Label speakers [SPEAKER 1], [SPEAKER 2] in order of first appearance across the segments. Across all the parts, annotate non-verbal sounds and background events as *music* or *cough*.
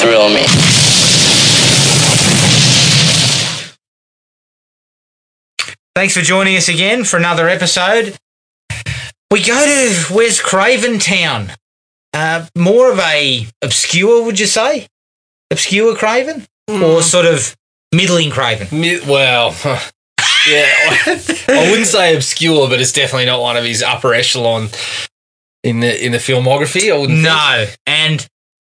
[SPEAKER 1] thrill me.
[SPEAKER 2] Thanks for joining us again for another episode. We go to Wes Craven Town. Uh, more of a obscure, would you say? Obscure Craven? Or sort of
[SPEAKER 3] *laughs*
[SPEAKER 2] middling Craven?
[SPEAKER 3] Mi- Well, huh. yeah, I wouldn't say obscure, but it's definitely not one of his upper echelon in the in the filmography. I wouldn't. think.
[SPEAKER 2] No, and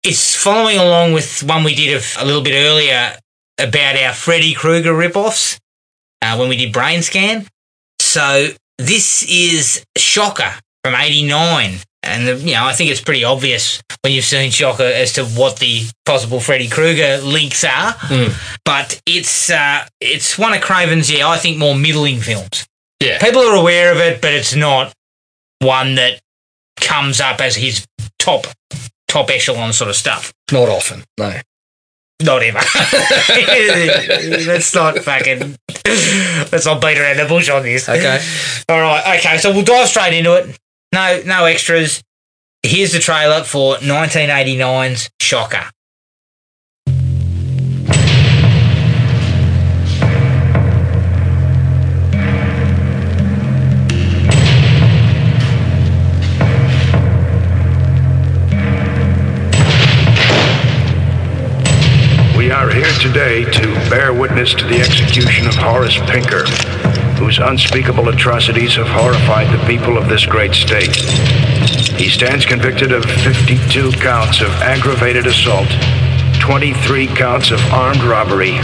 [SPEAKER 2] it's following along with one we did of, a little bit earlier about our Freddy Krueger ripoffs uh, when we did Brain Scan. So this is Shocker from '89, and the, you know I think it's pretty obvious when you've seen Shocker as to what the possible Freddy Krueger links are.
[SPEAKER 3] Mm.
[SPEAKER 2] But it's uh, it's one of Craven's, yeah, I think more middling films.
[SPEAKER 3] Yeah.
[SPEAKER 2] people are aware of it, but it's not one that comes up as his top top echelon sort of stuff.
[SPEAKER 3] not often. No,
[SPEAKER 2] Not ever. *laughs* let's not fucking let's not beat around the bush on this. *laughs*
[SPEAKER 3] okay.
[SPEAKER 2] All right. Okay. So we'll dive straight into it. No, no extras. Here's the trailer for 1989's Shocker.
[SPEAKER 4] We are here today to bear witness to the execution of Horace Pinker, whose unspeakable atrocities have horrified the people of this great state. He stands convicted of 52 counts of aggravated assault, 23 counts of armed robbery,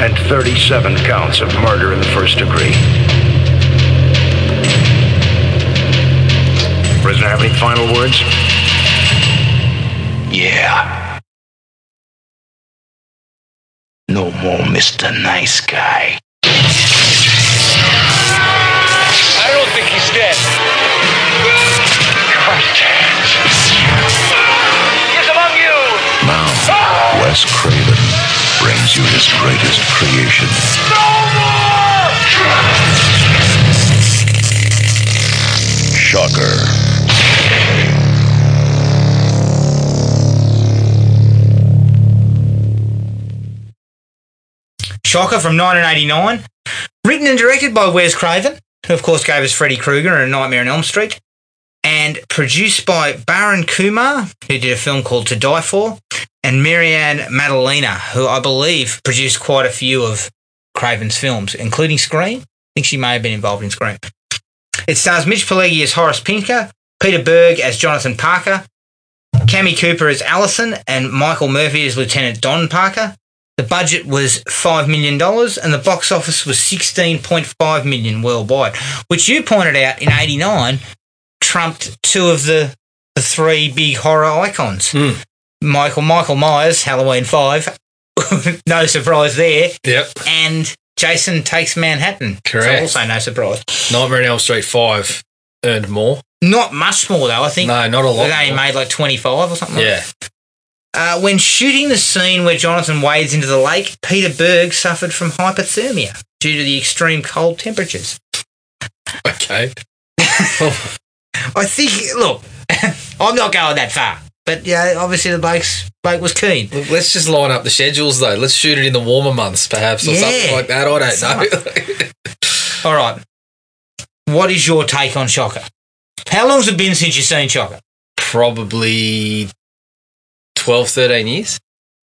[SPEAKER 4] and 37 counts of murder in the first degree. Prisoner, have any final words?
[SPEAKER 5] Yeah. No more Mr. Nice Guy.
[SPEAKER 6] I don't think he's dead. He's among you.
[SPEAKER 5] Now, Wes Craven brings you his greatest creation.
[SPEAKER 6] No more!
[SPEAKER 5] Shocker.
[SPEAKER 2] Shocker from 1989, written and directed by Wes Craven, who of course gave us Freddy Krueger and A Nightmare on Elm Street, and produced by Baron Kumar, who did a film called To Die For, and Marianne Madalena, who I believe produced quite a few of Craven's films, including Scream. I think she may have been involved in Scream. It stars Mitch Pileggi as Horace Pinker, Peter Berg as Jonathan Parker, Cammy Cooper as Allison, and Michael Murphy as Lieutenant Don Parker. The budget was five million dollars, and the box office was sixteen point five million worldwide, which you pointed out in '89 trumped two of the the three big horror icons:
[SPEAKER 3] Hmm.
[SPEAKER 2] Michael Michael Myers, Halloween Five, *laughs* no surprise there,
[SPEAKER 3] Yep.
[SPEAKER 2] and Jason Takes Manhattan. So
[SPEAKER 3] Correct.
[SPEAKER 2] also no surprise.
[SPEAKER 3] Nightmare on Elm Street Five earned more.
[SPEAKER 2] Not much more though. I think
[SPEAKER 3] No, not a lot.
[SPEAKER 2] they only
[SPEAKER 3] more.
[SPEAKER 2] made like twenty five or something. like
[SPEAKER 3] Yeah. *laughs*
[SPEAKER 2] Uh, when shooting the scene where Jonathan wades into the lake, Peter Berg suffered from hypothermia due to the extreme cold temperatures.
[SPEAKER 3] Okay.
[SPEAKER 2] I think, look, *laughs* I'm not going that far, but yeah, obviously the bloke's, bloke was keen.
[SPEAKER 3] Look, let's just line up the schedules though. Let's shoot it in the warmer months, perhaps, or
[SPEAKER 2] Yeah.
[SPEAKER 3] something like that. I don't know. *laughs*
[SPEAKER 2] All right, what is your take on Shocker? How long's it been since you've seen Shocker?
[SPEAKER 3] Probably 12, 13 years.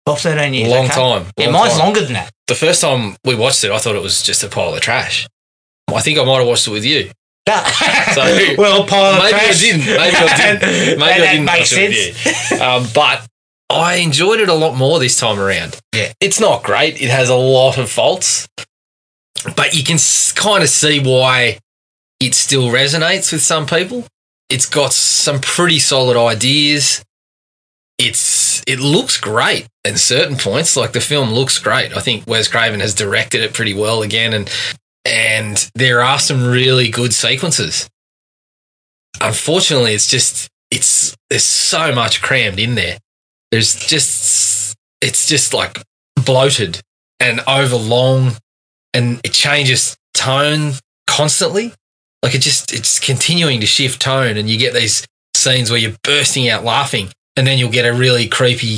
[SPEAKER 2] 12, 13 years.
[SPEAKER 3] Long
[SPEAKER 2] okay.
[SPEAKER 3] time.
[SPEAKER 2] Yeah,
[SPEAKER 3] long
[SPEAKER 2] mine's
[SPEAKER 3] time.
[SPEAKER 2] longer than that.
[SPEAKER 3] The first time we watched it, I thought it was just a pile of trash. I think I might have watched it with you. So-
[SPEAKER 2] *laughs* well, pile of
[SPEAKER 3] Maybe I
[SPEAKER 2] trash.
[SPEAKER 3] didn't.
[SPEAKER 2] *laughs*
[SPEAKER 3] Maybe I didn't. Maybe I
[SPEAKER 2] that
[SPEAKER 3] didn't
[SPEAKER 2] makes
[SPEAKER 3] watch it
[SPEAKER 2] sense.
[SPEAKER 3] with you. Um, but I enjoyed it a lot more this time around.
[SPEAKER 2] Yeah.
[SPEAKER 3] It's not great. It has a lot of faults, but you can kind of see why it still resonates with some people. It's got some pretty solid ideas. It's it looks great at certain points. Like the film looks great. I think Wes Craven has directed it pretty well again, and and there are some really good sequences unfortunately, it's just it's there's so much crammed in there. There's just it's just like bloated and overlong, and it changes tone constantly. Like it just it's continuing to shift tone, and you get these scenes where you're bursting out laughing, and then you'll get a really creepy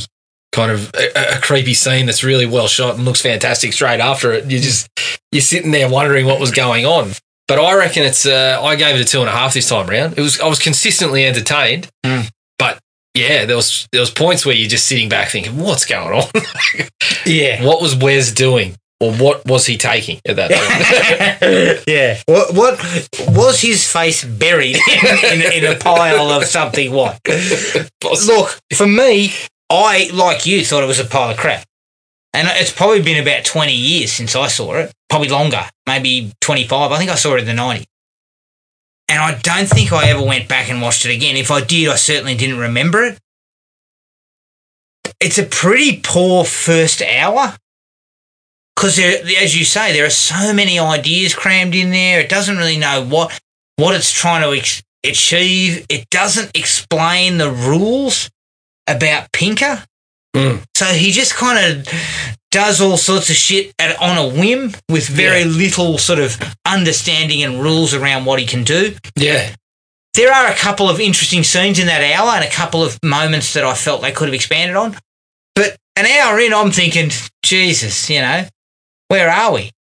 [SPEAKER 3] kind of a, a creepy scene that's really well shot and looks fantastic straight after it. You just you're sitting there wondering what was going on. But I reckon it's uh, I gave it a two and a half this time round. It was I was consistently entertained,
[SPEAKER 2] Mm.
[SPEAKER 3] but yeah, there was there was points where you're just sitting back thinking, what's going on? *laughs*
[SPEAKER 2] Yeah.
[SPEAKER 3] what was Wes doing, or what was he taking at *laughs* that
[SPEAKER 2] *laughs*
[SPEAKER 3] point?
[SPEAKER 2] yeah. What, what was his face buried *laughs* in, in, in a pile of something? What? Look, for me, I, like you, thought it was a pile of crap. And it's probably been about 20 years since I saw it, probably longer, maybe 25. I think I saw it in the 90s. And I don't think I ever went back and watched it again. If I did, I certainly didn't remember it. It's a pretty poor first hour because as you say, there are so many ideas crammed in there. It doesn't really know what what it's trying to ex- achieve. It doesn't explain the rules about Pinker.
[SPEAKER 3] Mm.
[SPEAKER 2] So he just kind of does all sorts of shit at, on a whim with very little sort of understanding and rules around what he can do
[SPEAKER 3] yeah,
[SPEAKER 2] there are a couple of interesting scenes in that hour and a couple of moments that I felt they could have expanded on. But an hour in, I'm thinking, Jesus, you know, where are we?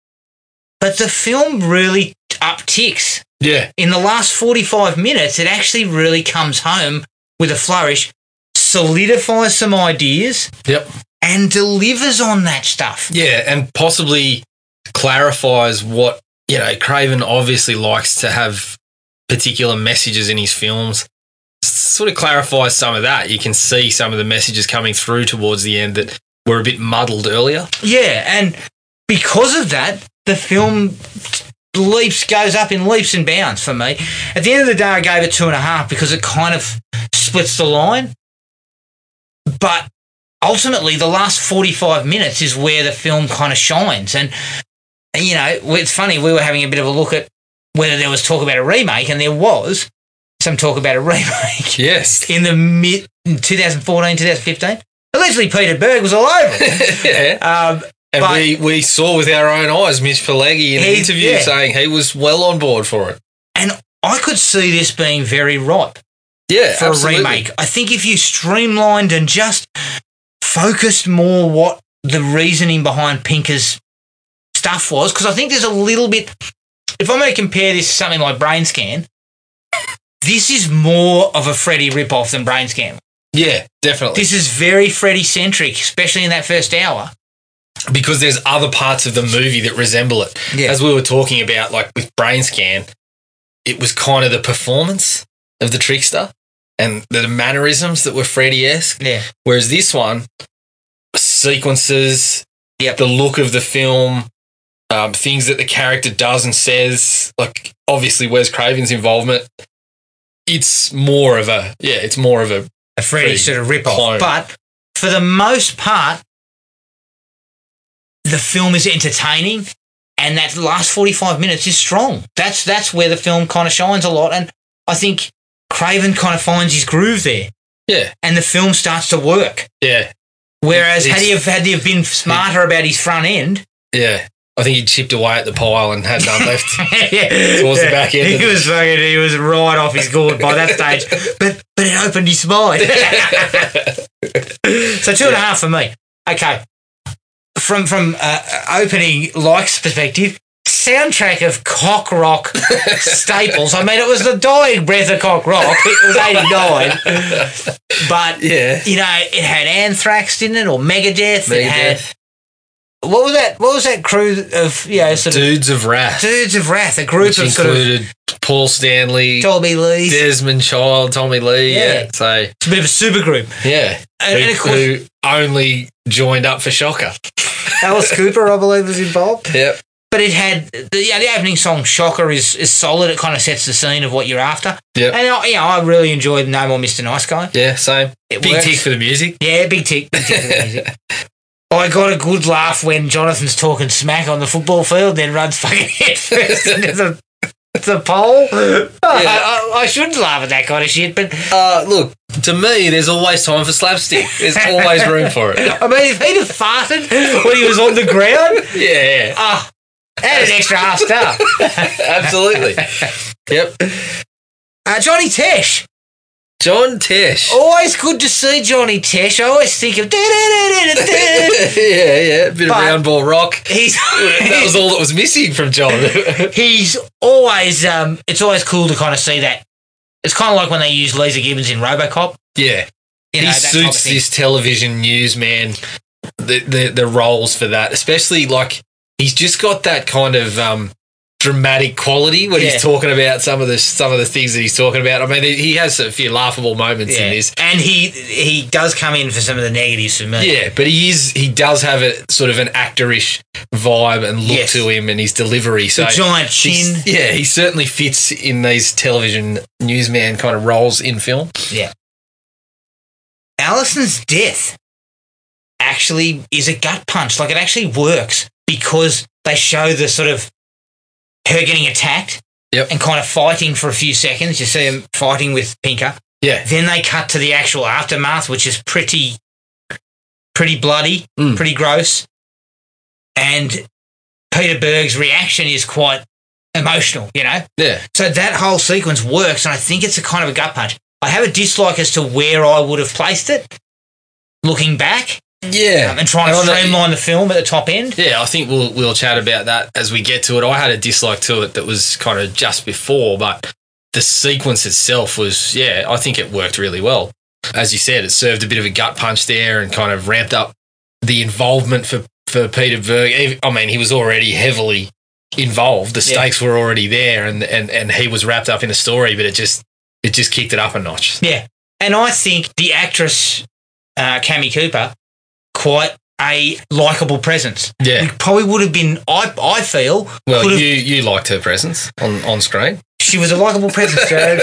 [SPEAKER 2] But the film really upticks.
[SPEAKER 3] yeah,
[SPEAKER 2] In the last 45 minutes, it actually really comes home with a flourish, solidifies some ideas,
[SPEAKER 3] yep.
[SPEAKER 2] and delivers on that stuff.
[SPEAKER 3] Yeah, and possibly clarifies what, you know, Craven obviously likes to have particular messages in his films. S- Sort of clarifies some of that. You can see some of the messages coming through towards the end that were a bit muddled earlier.
[SPEAKER 2] Yeah, and because of that, the film leaps goes up in leaps and bounds for me. At the end of the day, I gave it two and a half because it kind of splits the line. But ultimately, the last forty-five minutes is where the film kind of shines. And and, you know, it's funny we were having a bit of a look at whether there was talk about a remake, and there was some talk about a *laughs* remake
[SPEAKER 3] Yes.
[SPEAKER 2] in the mid 2014, 2015. Allegedly, Peter Berg was all over.
[SPEAKER 3] *laughs*
[SPEAKER 2] it.
[SPEAKER 3] *laughs* yeah.
[SPEAKER 2] Um,
[SPEAKER 3] And
[SPEAKER 2] But-
[SPEAKER 3] we, we saw with our own eyes Mitch Pileggi in an
[SPEAKER 2] He-
[SPEAKER 3] interview
[SPEAKER 2] yeah.
[SPEAKER 3] saying he was well on board for it.
[SPEAKER 2] And I could see this being very ripe
[SPEAKER 3] Yeah.
[SPEAKER 2] for
[SPEAKER 3] absolutely.
[SPEAKER 2] a remake. I think if you streamlined and just focused more what the reasoning behind Pinker's stuff was, because I think there's a little bit. If I'm going to compare this to something like Brain Scan, this is more of a Freddy ripoff than Brain Scan.
[SPEAKER 3] Yeah, definitely.
[SPEAKER 2] This is very Freddy centric, especially in that first hour.
[SPEAKER 3] because there's other parts of the movie that resemble it.
[SPEAKER 2] Yeah.
[SPEAKER 3] As we were talking about, like with Brain Scan, it was kind of the performance of the trickster and the mannerisms that were Freddy esque.
[SPEAKER 2] Yeah.
[SPEAKER 3] Whereas this one, sequences,
[SPEAKER 2] Yep.
[SPEAKER 3] the look of the film, um, things that the character does and says, like obviously Wes Craven's involvement. It's more of a yeah, it's more of a
[SPEAKER 2] a Freddy
[SPEAKER 3] Freddy
[SPEAKER 2] sort of rip off.
[SPEAKER 3] clone.
[SPEAKER 2] But for the most part, the film is entertaining, and that last forty five minutes is strong. That's that's where the film kind of shines a lot, and I think Craven kind of finds his groove there,
[SPEAKER 3] yeah,
[SPEAKER 2] and the film starts to work.
[SPEAKER 3] yeah,
[SPEAKER 2] Whereas
[SPEAKER 3] It's-
[SPEAKER 2] had he have had he have been smarter about his front end,
[SPEAKER 3] yeah. I think he chipped away at the pile and had none left.
[SPEAKER 2] *laughs* yeah,
[SPEAKER 3] *laughs* Towards the
[SPEAKER 2] *laughs*
[SPEAKER 3] back end of
[SPEAKER 2] he
[SPEAKER 3] it.
[SPEAKER 2] was fucking, he was right off his gourd by
[SPEAKER 3] *laughs*
[SPEAKER 2] that stage. But but it opened his mind. So two and a half for me. Okay. From from uh, opening likes perspective, soundtrack of
[SPEAKER 3] *laughs*
[SPEAKER 2] cock rock staples. I mean, it was the dying breath of cock rock. It was eighty nine, but
[SPEAKER 3] yeah.
[SPEAKER 2] you know it had Anthrax, didn't it, or Megadeth? It had
[SPEAKER 3] Megadeth.
[SPEAKER 2] what was that? What was that crew of you know sort of
[SPEAKER 3] Dudes of Wrath,
[SPEAKER 2] dudes of wrath? A group
[SPEAKER 3] which
[SPEAKER 2] of sort of
[SPEAKER 3] included Paul Stanley,
[SPEAKER 2] Tommy Lee.
[SPEAKER 3] Desmond Child, Tommy Lee. Yeah.
[SPEAKER 2] Yeah.
[SPEAKER 3] So,
[SPEAKER 2] It's a bit of a supergroup.
[SPEAKER 3] yeah.
[SPEAKER 2] And-
[SPEAKER 3] who,
[SPEAKER 2] and of course-
[SPEAKER 3] who only joined up for Shocker.
[SPEAKER 2] Alice Cooper, I believe, was involved.
[SPEAKER 3] Yep.
[SPEAKER 2] but it had the, yeah, the opening song "Shocker" is is solid. It kind of sets the scene of what you're after.
[SPEAKER 3] Yep.
[SPEAKER 2] and I, you know, I really enjoyed "No More Mr. Nice Guy."
[SPEAKER 3] Yeah. Same.
[SPEAKER 2] It
[SPEAKER 3] Big
[SPEAKER 2] works.
[SPEAKER 3] tick for the music. *laughs*
[SPEAKER 2] Yeah, big tick. Big tick for the music. I got a good laugh when Jonathan's talking smack on the football field, then runs fucking *laughs* headfirst into the the pole. *laughs* I, I, I shouldn't laugh at that kind of shit, but
[SPEAKER 3] Uh, look, to me, there's always time for slapstick. There's always room for it.
[SPEAKER 2] I mean, if he'd have farted when he was on the ground,
[SPEAKER 3] *laughs* Yeah.
[SPEAKER 2] ah, add an extra half star.
[SPEAKER 3] *laughs* Absolutely. Yep.
[SPEAKER 2] Uh, Johnny Tesh.
[SPEAKER 3] John Tesh.
[SPEAKER 2] Always good to see Johnny Tesh. I always think of.
[SPEAKER 3] *laughs*
[SPEAKER 2] *laughs*
[SPEAKER 3] *laughs*
[SPEAKER 2] He's,
[SPEAKER 3] yeah, yeah. Bit
[SPEAKER 2] But-
[SPEAKER 3] of round ball rock.
[SPEAKER 2] *laughs*
[SPEAKER 3] That was all that was missing from John. *laughs*
[SPEAKER 2] he's always. Um, it's always cool to kind of see that. It's kind of like when they use Lisa Gibbons in Robocop.
[SPEAKER 3] yeah.
[SPEAKER 2] You know,
[SPEAKER 3] he
[SPEAKER 2] that type of
[SPEAKER 3] suits
[SPEAKER 2] thing.
[SPEAKER 3] this television newsman the, the the roles for that, especially like he's just got that kind of um, dramatic quality when
[SPEAKER 2] Yeah.
[SPEAKER 3] he's talking about some of the some of the things that he's talking about. I mean, he- he has a few laughable moments in
[SPEAKER 2] Yeah.
[SPEAKER 3] this.
[SPEAKER 2] And he he does come in for some of the negatives for me.
[SPEAKER 3] Yeah, but he is he does have a sort of an actorish vibe and look
[SPEAKER 2] Yes.
[SPEAKER 3] to him and his delivery. So
[SPEAKER 2] the giant chin.
[SPEAKER 3] he's- yeah, he certainly fits in these television newsman kind of roles in film.
[SPEAKER 2] Allison's death actually is a gut punch. Like it actually works because they show the sort of her getting attacked
[SPEAKER 3] Yep.
[SPEAKER 2] and kind of fighting for a few seconds. You see him fighting with Pinker.
[SPEAKER 3] Yeah.
[SPEAKER 2] Then they cut to the actual aftermath, which is pretty, pretty bloody,
[SPEAKER 3] Mm.
[SPEAKER 2] pretty gross. And Peter Berg's reaction is quite emotional, you know?
[SPEAKER 3] Yeah.
[SPEAKER 2] So that whole sequence works, and I think it's a kind of a gut punch. I have a dislike as to where I would have placed it, looking back
[SPEAKER 3] Yeah.
[SPEAKER 2] um, and trying to
[SPEAKER 3] Oh, no,
[SPEAKER 2] streamline the film at the top end.
[SPEAKER 3] Yeah, I think we'll we'll chat about that as we get to it. I had a dislike to it that was kind of just before, but the sequence itself was yeah, I think it worked really well. As you said, it served a bit of a gut punch there and kind of ramped up the involvement for for Peter Berg. Ev- I mean, he was already heavily involved. The
[SPEAKER 2] Yeah.
[SPEAKER 3] stakes were already there, and and and he was wrapped up in the story, but it just it just kicked it up a notch.
[SPEAKER 2] Yeah, and I think the actress uh, Cami Cooper quite a likable presence.
[SPEAKER 3] Yeah.
[SPEAKER 2] Probably would have been. I I feel
[SPEAKER 3] Well,
[SPEAKER 2] could have-
[SPEAKER 3] you you liked her presence on on screen.
[SPEAKER 2] she was a likable
[SPEAKER 3] *laughs*
[SPEAKER 2] presence. So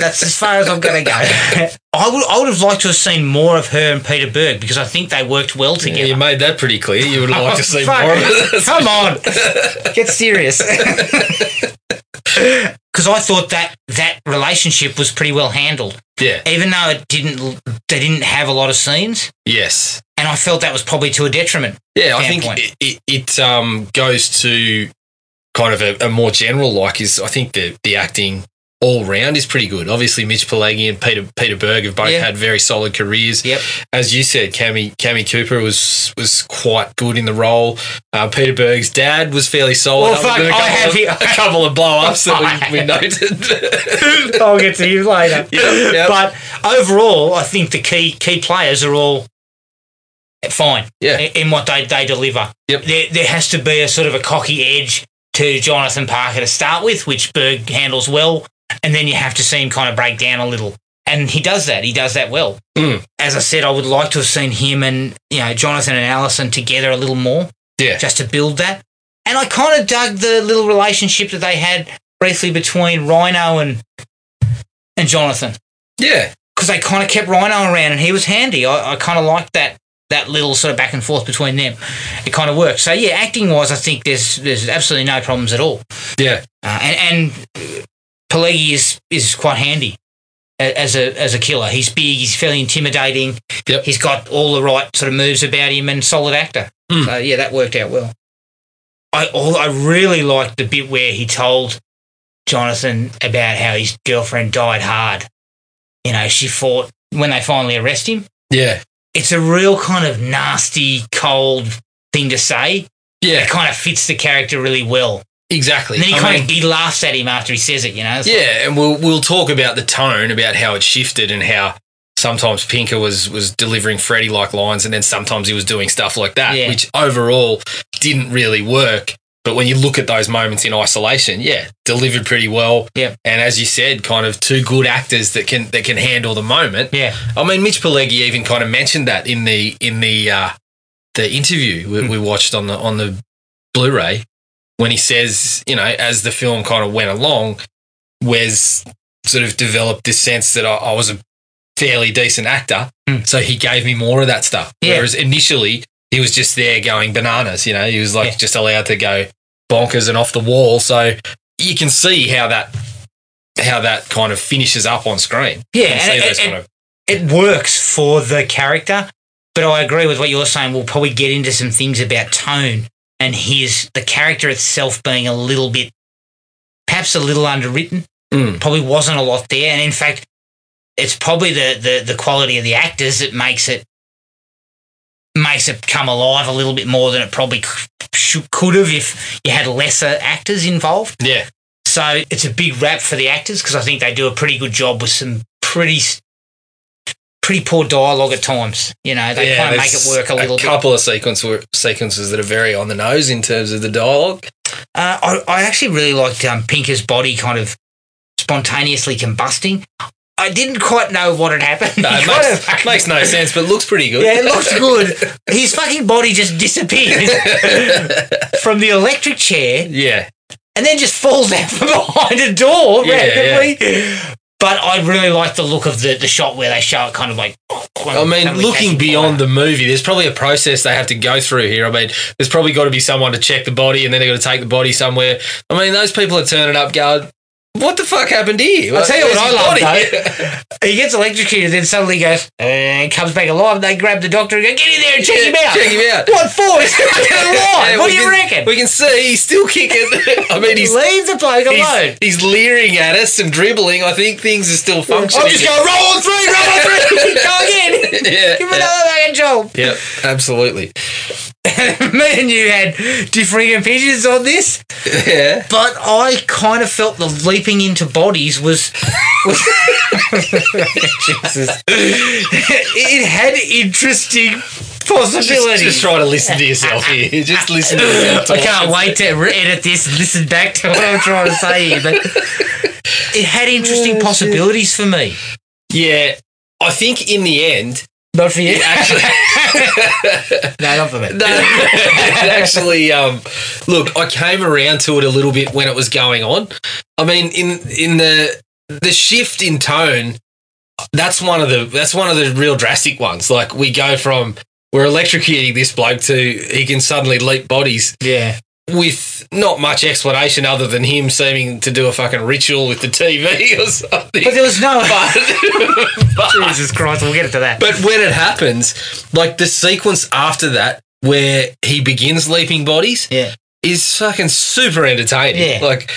[SPEAKER 2] that's as far as I'm going to go. I would I would have liked to have seen more of her and Peter Berg because I think they worked well
[SPEAKER 3] Yeah,
[SPEAKER 2] together.
[SPEAKER 3] you made that pretty clear. You would like to see
[SPEAKER 2] Oh, Fuck.
[SPEAKER 3] more of it.
[SPEAKER 2] Come on, get serious. *laughs* Because I thought that that relationship was pretty well handled,
[SPEAKER 3] Yeah.
[SPEAKER 2] even though it didn't. They didn't have a lot of scenes,
[SPEAKER 3] Yes.
[SPEAKER 2] and I felt that was probably to a detriment.
[SPEAKER 3] Yeah, I
[SPEAKER 2] Fair
[SPEAKER 3] think
[SPEAKER 2] point.
[SPEAKER 3] it, it, it um, goes to kind of a, a more general like is I think the the acting all round is pretty good. Obviously, Mitch Pelagi and Peter Peter Berg have both
[SPEAKER 2] Yeah.
[SPEAKER 3] had very solid careers.
[SPEAKER 2] Yep.
[SPEAKER 3] As you said, Cammy Cammy Cooper was was quite good in the role. Uh, Peter Berg's dad was fairly solid.
[SPEAKER 2] Well,
[SPEAKER 3] other
[SPEAKER 2] fuck,
[SPEAKER 3] than a
[SPEAKER 2] I
[SPEAKER 3] couple
[SPEAKER 2] have
[SPEAKER 3] of,
[SPEAKER 2] here-
[SPEAKER 3] *laughs* a couple of blow ups
[SPEAKER 2] *laughs*
[SPEAKER 3] that we, we noted. *laughs*
[SPEAKER 2] I'll get to you later.
[SPEAKER 3] Yeah, yeah.
[SPEAKER 2] But overall, I think the key key players are all fine
[SPEAKER 3] Yeah.
[SPEAKER 2] in, in what they, they deliver.
[SPEAKER 3] Yep.
[SPEAKER 2] There, there has to be a sort of a cocky edge to Jonathan Parker to start with, which Berg handles well, and then you have to see him kind of break down a little. And he does that. He does that well.
[SPEAKER 3] Mm.
[SPEAKER 2] As I said, I would like to have seen him and you know Jonathan and Allison together a little more
[SPEAKER 3] yeah.
[SPEAKER 2] just to build that. And I kind of dug the little relationship that they had briefly between Rhino and and Jonathan
[SPEAKER 3] Yeah.
[SPEAKER 2] because they kind of kept Rhino around and he was handy. I, I kind of liked that that little sort of back and forth between them. It kind of worked. So yeah, acting wise, I think there's there's absolutely no problems at all.
[SPEAKER 3] Yeah.
[SPEAKER 2] Uh, and and Pelegi is is quite handy a- as a as a killer. He's big. He's fairly intimidating.
[SPEAKER 3] Yep.
[SPEAKER 2] He's got all the right sort of moves about him and solid actor.
[SPEAKER 3] Hmm.
[SPEAKER 2] So yeah, that worked out well. I all I really liked the bit where he told Jonathan about how his girlfriend died hard. You know, she fought when they finally arrest him.
[SPEAKER 3] Yeah.
[SPEAKER 2] It's a real kind of nasty, cold thing to say.
[SPEAKER 3] Yeah.
[SPEAKER 2] It kind of fits the character really well.
[SPEAKER 3] Exactly.
[SPEAKER 2] And then he
[SPEAKER 3] I
[SPEAKER 2] kind
[SPEAKER 3] mean-
[SPEAKER 2] of he laughs at him after he says it. You know, It's like,
[SPEAKER 3] Yeah, and we'll we'll talk about the tone, about how it shifted, and how sometimes Pinker was was delivering Freddy like lines, and then sometimes he was doing stuff like that,
[SPEAKER 2] Yeah.
[SPEAKER 3] which overall didn't really work. But when you look at those moments in isolation, yeah, delivered pretty well.
[SPEAKER 2] Yep.
[SPEAKER 3] and as you said, kind of two good actors that can that can handle the moment.
[SPEAKER 2] yeah,
[SPEAKER 3] I mean, Mitch Pileggi even kind of mentioned that in the in the uh, the interview
[SPEAKER 2] Hmm.
[SPEAKER 3] we, we watched on the on the Blu-ray when he says, you know, as the film kind of went along, Wes sort of developed this sense that I, I was a fairly decent actor,
[SPEAKER 2] Mm.
[SPEAKER 3] so he gave me more of that stuff.
[SPEAKER 2] Yeah.
[SPEAKER 3] Whereas initially he was just there going bananas, you know, he was like
[SPEAKER 2] Yeah.
[SPEAKER 3] just allowed to go bonkers and off the wall. So you can see how that how that kind of finishes up on screen. You
[SPEAKER 2] yeah.
[SPEAKER 3] can
[SPEAKER 2] And
[SPEAKER 3] see
[SPEAKER 2] it-
[SPEAKER 3] those
[SPEAKER 2] it-
[SPEAKER 3] kind of
[SPEAKER 2] it works for the character, but I agree with what you're saying. We'll probably get into some things about tone and his the character itself being a little bit, perhaps a little underwritten.
[SPEAKER 3] Mm.
[SPEAKER 2] Probably wasn't a lot there, and in fact, it's probably the, the, the quality of the actors that makes it makes it come alive a little bit more than it probably c- sh- could have if you had lesser actors involved.
[SPEAKER 3] Yeah.
[SPEAKER 2] So it's a big rap for the actors because I think they do a pretty good job with some pretty s- pretty poor dialogue at times. You know, they
[SPEAKER 3] yeah,
[SPEAKER 2] kind of make it
[SPEAKER 3] there's
[SPEAKER 2] work a little bit.
[SPEAKER 3] couple of sequence, sequences that are very on the nose in terms of the dialogue.
[SPEAKER 2] Uh, I, I actually really liked um, Pinker's body kind of spontaneously combusting. I didn't quite know what had happened.
[SPEAKER 3] No,
[SPEAKER 2] He *laughs*
[SPEAKER 3] it
[SPEAKER 2] kind
[SPEAKER 3] makes,
[SPEAKER 2] of-
[SPEAKER 3] makes no sense, but looks pretty good.
[SPEAKER 2] Yeah, it
[SPEAKER 3] *laughs*
[SPEAKER 2] looks good. His fucking body just disappears from the electric chair
[SPEAKER 3] yeah.
[SPEAKER 2] and then just falls *laughs* out from behind a door
[SPEAKER 3] Yeah,
[SPEAKER 2] randomly. But I really like the look of the, the shot where they show it kind of like.
[SPEAKER 3] I mean, looking beyond the movie, there's probably a process they have to go through here. I mean, there's probably got to be someone to check the body, and then they've got to take the body somewhere. I mean, those people are turning up, going, "What the fuck happened here?"
[SPEAKER 2] I'll tell you what I love,
[SPEAKER 3] Where's
[SPEAKER 2] *laughs*
[SPEAKER 3] his body?"
[SPEAKER 2] He gets electrocuted, then suddenly he goes and comes back alive. And they grab the doctor and go, "Get in there and check
[SPEAKER 3] Yeah,
[SPEAKER 2] him out."
[SPEAKER 3] check him out.
[SPEAKER 2] What for? *laughs* He's
[SPEAKER 3] *laughs*
[SPEAKER 2] fucking alive.
[SPEAKER 3] Yeah,
[SPEAKER 2] what
[SPEAKER 3] we
[SPEAKER 2] do
[SPEAKER 3] can-
[SPEAKER 2] you reckon?
[SPEAKER 3] We can see he's still kicking. *laughs* I mean, he's
[SPEAKER 2] Leave the bloke alone.
[SPEAKER 3] he's, he's leering at us and dribbling. I think things are still functioning.
[SPEAKER 2] I'm just going roll on three, roll on three, *laughs* go
[SPEAKER 3] *laughs*
[SPEAKER 2] again.
[SPEAKER 3] yeah,
[SPEAKER 2] Give him
[SPEAKER 3] yeah,
[SPEAKER 2] another fucking job. *laughs*
[SPEAKER 3] Yep, absolutely.
[SPEAKER 2] me and you had differing opinions on this,
[SPEAKER 3] Yeah,
[SPEAKER 2] but I kind of felt the leaping into bodies was. was *laughs* Jesus. it had
[SPEAKER 3] *laughs*
[SPEAKER 2] interesting
[SPEAKER 3] just,
[SPEAKER 2] possibilities.
[SPEAKER 3] just try to listen to yourself here. *laughs* Just listen to yourself.
[SPEAKER 2] I
[SPEAKER 3] talk.
[SPEAKER 2] can't wait to re- edit this and listen back to what I'm trying to say here, but it had
[SPEAKER 3] Oh,
[SPEAKER 2] interesting possibilities for me.
[SPEAKER 3] Yeah, I think in the end,
[SPEAKER 2] Not for you.
[SPEAKER 3] actually.
[SPEAKER 2] no, not for me.
[SPEAKER 3] *laughs* No, it *laughs* actually, um, look, I came around to it a little bit when it was going on. I mean, in in the the shift in tone, that's one of the that's one of the real drastic ones. Like we go from we're electrocuting this bloke to he can suddenly leap bodies
[SPEAKER 2] Yeah.
[SPEAKER 3] *laughs* with not much explanation other than him seeming to do a fucking ritual with the TV *laughs* or something.
[SPEAKER 2] But there was no.
[SPEAKER 3] *laughs* But- but
[SPEAKER 2] Jesus Christ, we'll get to that.
[SPEAKER 3] but when it happens, like the sequence after that, where he begins leaping bodies,
[SPEAKER 2] Yeah.
[SPEAKER 3] is fucking super entertaining.
[SPEAKER 2] Yeah.
[SPEAKER 3] Like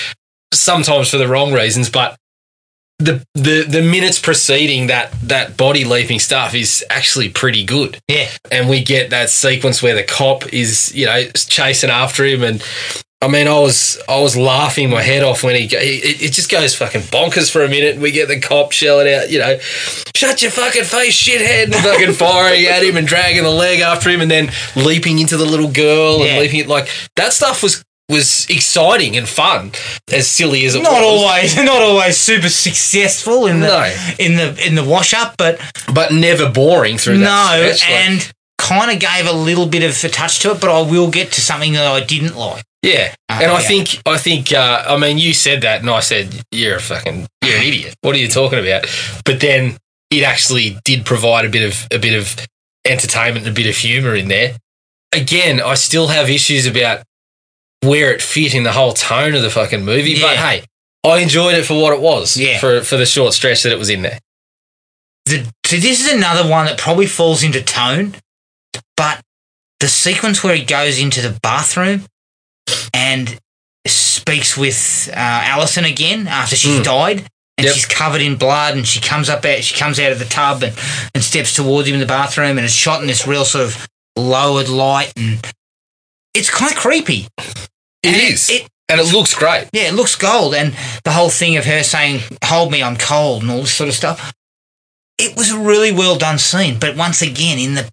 [SPEAKER 3] sometimes for the wrong reasons, but the the the minutes preceding that that body leaping stuff is actually pretty good.
[SPEAKER 2] Yeah.
[SPEAKER 3] And we get that sequence where the cop is you know chasing after him and. I mean, I was I was laughing my head off when he, go- it, it just goes fucking bonkers for a minute. We get the cop shelling out, you know, shut your fucking face, shithead, and
[SPEAKER 2] *laughs*
[SPEAKER 3] fucking firing at him and dragging the leg after him, and then leaping into the little girl
[SPEAKER 2] Yeah.
[SPEAKER 3] and leaping it like that stuff was was exciting and fun, as silly as it
[SPEAKER 2] not
[SPEAKER 3] was,
[SPEAKER 2] always *laughs* not always super successful in the
[SPEAKER 3] No.
[SPEAKER 2] in the in the wash up, but
[SPEAKER 3] but never boring through that.
[SPEAKER 2] no,
[SPEAKER 3] stretch, like-
[SPEAKER 2] and kind of gave a little bit of a touch to it. But I will get to something that I didn't like.
[SPEAKER 3] yeah,
[SPEAKER 2] Ah,
[SPEAKER 3] and I
[SPEAKER 2] yeah.
[SPEAKER 3] think I think uh, I mean you said that, and I said you're a fucking you're an idiot. What are you talking about? But then it actually did provide a bit of a bit of entertainment and a bit of humor in there. Again, I still have issues about where it fit in the whole tone of the fucking movie. But
[SPEAKER 2] Yeah.
[SPEAKER 3] hey, I enjoyed it for what it was.
[SPEAKER 2] Yeah.
[SPEAKER 3] For for the short stretch that it was in there.
[SPEAKER 2] The, so this is another one that probably falls into tone, but the sequence where he goes into the bathroom and speaks with uh, Alison again after she's
[SPEAKER 3] Mm.
[SPEAKER 2] died. And
[SPEAKER 3] Yep.
[SPEAKER 2] she's covered in blood, and she comes up out. She comes out of the tub and, and steps towards him in the bathroom, and it's shot in this real sort of lowered light, and it's kind of creepy.
[SPEAKER 3] It
[SPEAKER 2] And
[SPEAKER 3] is,
[SPEAKER 2] it-
[SPEAKER 3] and it looks great.
[SPEAKER 2] Yeah, it looks gold, and the whole thing of her saying "Hold me, I'm cold" and all this sort of stuff. It was a really well done scene, but once again, in the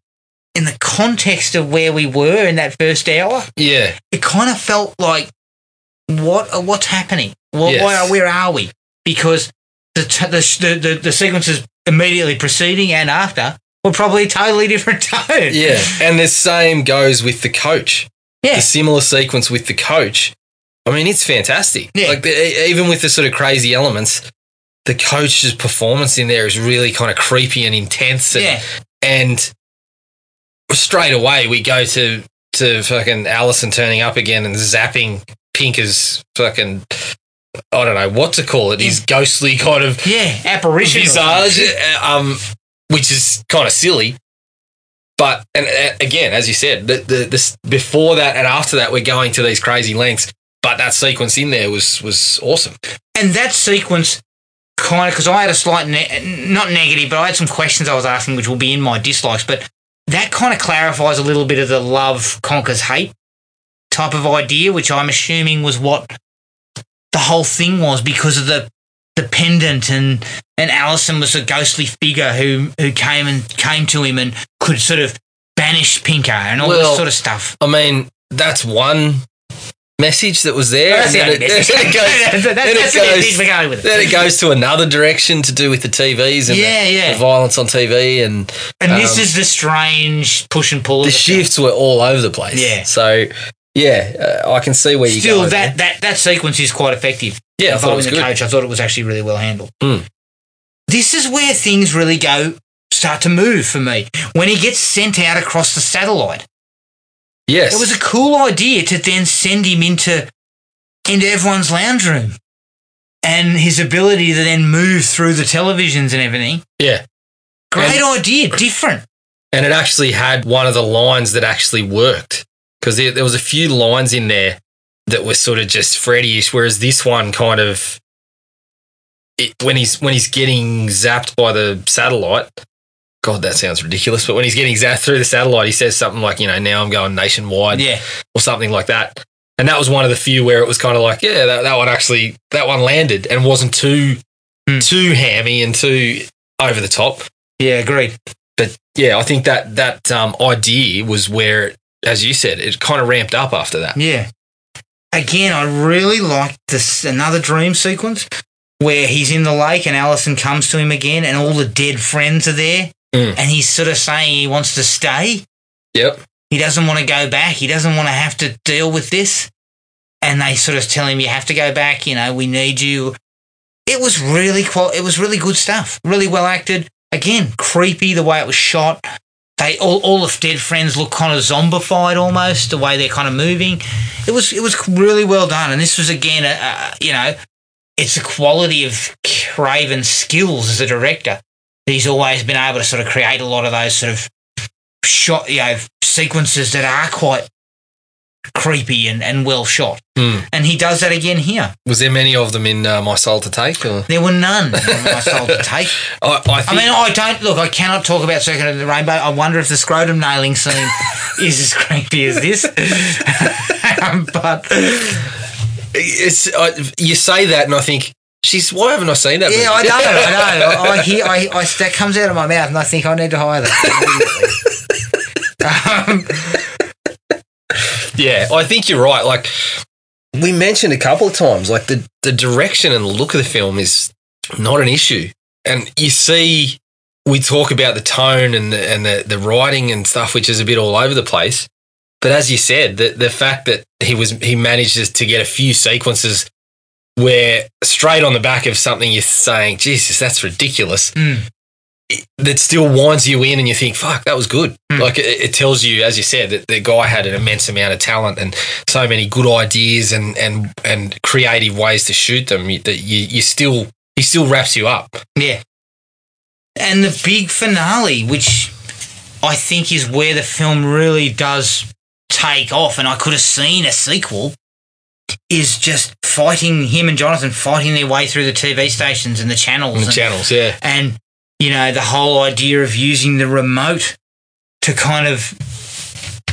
[SPEAKER 2] in the context of where we were in that first hour,
[SPEAKER 3] Yeah,
[SPEAKER 2] it kind of felt like what uh, what's happening? What,
[SPEAKER 3] Yes.
[SPEAKER 2] why are, where are we? Because the, t- the sh- the the the sequences immediately preceding and after were probably a totally different *laughs* tone.
[SPEAKER 3] yeah, and the same goes with the coach.
[SPEAKER 2] yeah,
[SPEAKER 3] the similar sequence with the coach. I mean, it's fantastic.
[SPEAKER 2] Yeah.
[SPEAKER 3] Like the, e- even with the sort of crazy elements, the coach's performance in there is really kind of creepy and intense. And,
[SPEAKER 2] yeah.
[SPEAKER 3] and straight away we go to to fucking Allison turning up again and zapping Pinker's fucking I don't know what to call
[SPEAKER 2] Mm.
[SPEAKER 3] it. His ghostly kind of
[SPEAKER 2] Yeah, apparition. or
[SPEAKER 3] visage, uh, um, which is kind of silly. But and uh, again, as you said, the, the this before that and after that, we're going to these crazy lengths. But that sequence in there was was awesome.
[SPEAKER 2] And that sequence kind of because I had a slight ne- not negative, but I had some questions I was asking, which will be in my dislikes. But that kind of clarifies a little bit of the love conquers hate type of idea, which I'm assuming was what the whole thing was because of the the pendant and and Allison was a ghostly figure who who came and came to him and could sort of banish Pinker and all
[SPEAKER 3] Well,
[SPEAKER 2] this sort of stuff.
[SPEAKER 3] I mean, that's one message that was there. and
[SPEAKER 2] That's the
[SPEAKER 3] then it- *laughs*
[SPEAKER 2] only
[SPEAKER 3] then
[SPEAKER 2] message.
[SPEAKER 3] it goes-
[SPEAKER 2] *laughs*
[SPEAKER 3] *laughs*
[SPEAKER 2] That's-
[SPEAKER 3] then
[SPEAKER 2] that's
[SPEAKER 3] it
[SPEAKER 2] the message we're going
[SPEAKER 3] goes-
[SPEAKER 2] with.
[SPEAKER 3] then it goes to another direction to do with the TVs and
[SPEAKER 2] Yeah,
[SPEAKER 3] the,
[SPEAKER 2] yeah.
[SPEAKER 3] the violence on TV and
[SPEAKER 2] And this
[SPEAKER 3] um,
[SPEAKER 2] is the strange push and pull. of
[SPEAKER 3] the
[SPEAKER 2] it.
[SPEAKER 3] shifts were all over the place.
[SPEAKER 2] Yeah.
[SPEAKER 3] So, yeah, uh, I can see where you
[SPEAKER 2] Still,
[SPEAKER 3] go. eh?
[SPEAKER 2] that, that that sequence is quite effective.
[SPEAKER 3] yeah, I thought it
[SPEAKER 2] involving
[SPEAKER 3] was
[SPEAKER 2] the
[SPEAKER 3] good.
[SPEAKER 2] coach. I thought it was actually really well handled.
[SPEAKER 3] Mm.
[SPEAKER 2] This is where things really go start to move for me when he gets sent out across the satellite.
[SPEAKER 3] Yes,
[SPEAKER 2] It was a cool idea to then send him into into everyone's lounge room. And his ability to then move through the televisions and everything.
[SPEAKER 3] yeah,
[SPEAKER 2] Great idea, different.
[SPEAKER 3] and it actually had one of the lines that actually worked because there, there was a few lines in there that were sort of just Freddy-ish, whereas this one kind of it, when he's when he's getting zapped by the satellite. God, that sounds ridiculous. But when he's getting zapped through the satellite, he says something like, you know, now I'm going nationwide
[SPEAKER 2] Yeah.
[SPEAKER 3] or something like that. And that was one of the few where it was kind of like, yeah, that, that one actually, that one landed and wasn't too,
[SPEAKER 2] Hmm.
[SPEAKER 3] too hammy and too over the top
[SPEAKER 2] Yeah, agreed.
[SPEAKER 3] but yeah, I think that that um, idea was where, it, as you said, it kind of ramped up after that.
[SPEAKER 2] Yeah. Again, I really liked this another dream sequence where he's in the lake and Allison comes to him again, and all the dead friends are there,
[SPEAKER 3] Mm.
[SPEAKER 2] and he's sort of saying he wants to stay.
[SPEAKER 3] Yep.
[SPEAKER 2] He doesn't want to go back. He doesn't want to have to deal with this. And they sort of tell him, "You have to go back. You know, we need you." It was really qual. It was really good stuff. Really well acted. Again, creepy the way it was shot. They all all of dead friends look kind of zombified almost. The way they're kind of moving, it was it was really well done. And this was again, a, a, you know, it's the quality of Craven's skills as a director. He's always been able to sort of create a lot of those sort of shot, you know, sequences that are quite creepy and, and well shot.
[SPEAKER 3] Hmm.
[SPEAKER 2] And he does that again here.
[SPEAKER 3] Was there many of them in uh, My Soul to Take? Or?
[SPEAKER 2] There were *laughs* none on my soul to take.
[SPEAKER 3] I, I
[SPEAKER 2] I
[SPEAKER 3] think
[SPEAKER 2] mean, I don't look. I cannot talk about Second of the Rainbow. I wonder if the scrotum nailing *laughs* scene is as creepy as this. *laughs* Um, but
[SPEAKER 3] it's I, you say that, and I think, she's why haven't I seen that?
[SPEAKER 2] yeah,
[SPEAKER 3] movie?"
[SPEAKER 2] I know, I know. I, I hear, I, I that comes out of my mouth, and I think I need to hire that. immediately. um,
[SPEAKER 3] *laughs* yeah. I think you're right. Like we mentioned a couple of times, like the the direction and look of the film is not an issue, and you see. We talk about the tone and the, and the, the writing and stuff, which is a bit all over the place. But as you said, the, the fact that he was he managed to get a few sequences where straight on the back of something you're saying, Jesus, that's ridiculous.
[SPEAKER 2] Mm.
[SPEAKER 3] it- That still winds you in, and you think, "Fuck, that was good." Like it, it tells you, as you said, that the guy had an immense amount of talent and so many good ideas and and and creative ways to shoot them. you- That you you still he still wraps you up.
[SPEAKER 2] Yeah. And the big finale, which I think is where the film really does take off, and I could have seen a sequel, is just fighting him and Jonathan fighting their way through the TV stations and the channels.
[SPEAKER 3] on The
[SPEAKER 2] and-
[SPEAKER 3] channels, yeah,
[SPEAKER 2] and you know the whole idea of using the remote to kind of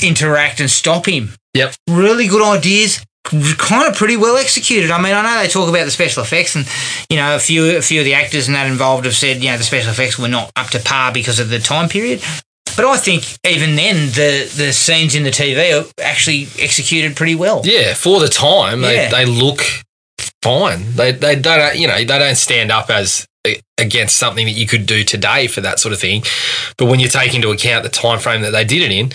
[SPEAKER 2] interact and stop him.
[SPEAKER 3] Yep.
[SPEAKER 2] Really good ideas, kind of pretty well executed. I mean, I know they talk about the special effects, and you know a few a few of the actors and that involved have said you know the special effects were not up to par because of the time period. But I think even then the the scenes in the TV are actually executed pretty well.
[SPEAKER 3] yeah. For the time, they
[SPEAKER 2] Yeah.
[SPEAKER 3] they look fine. They they don't you know they don't stand up as a- against something that you could do today for that sort of thing. But when you take into account the time frame that they did it in,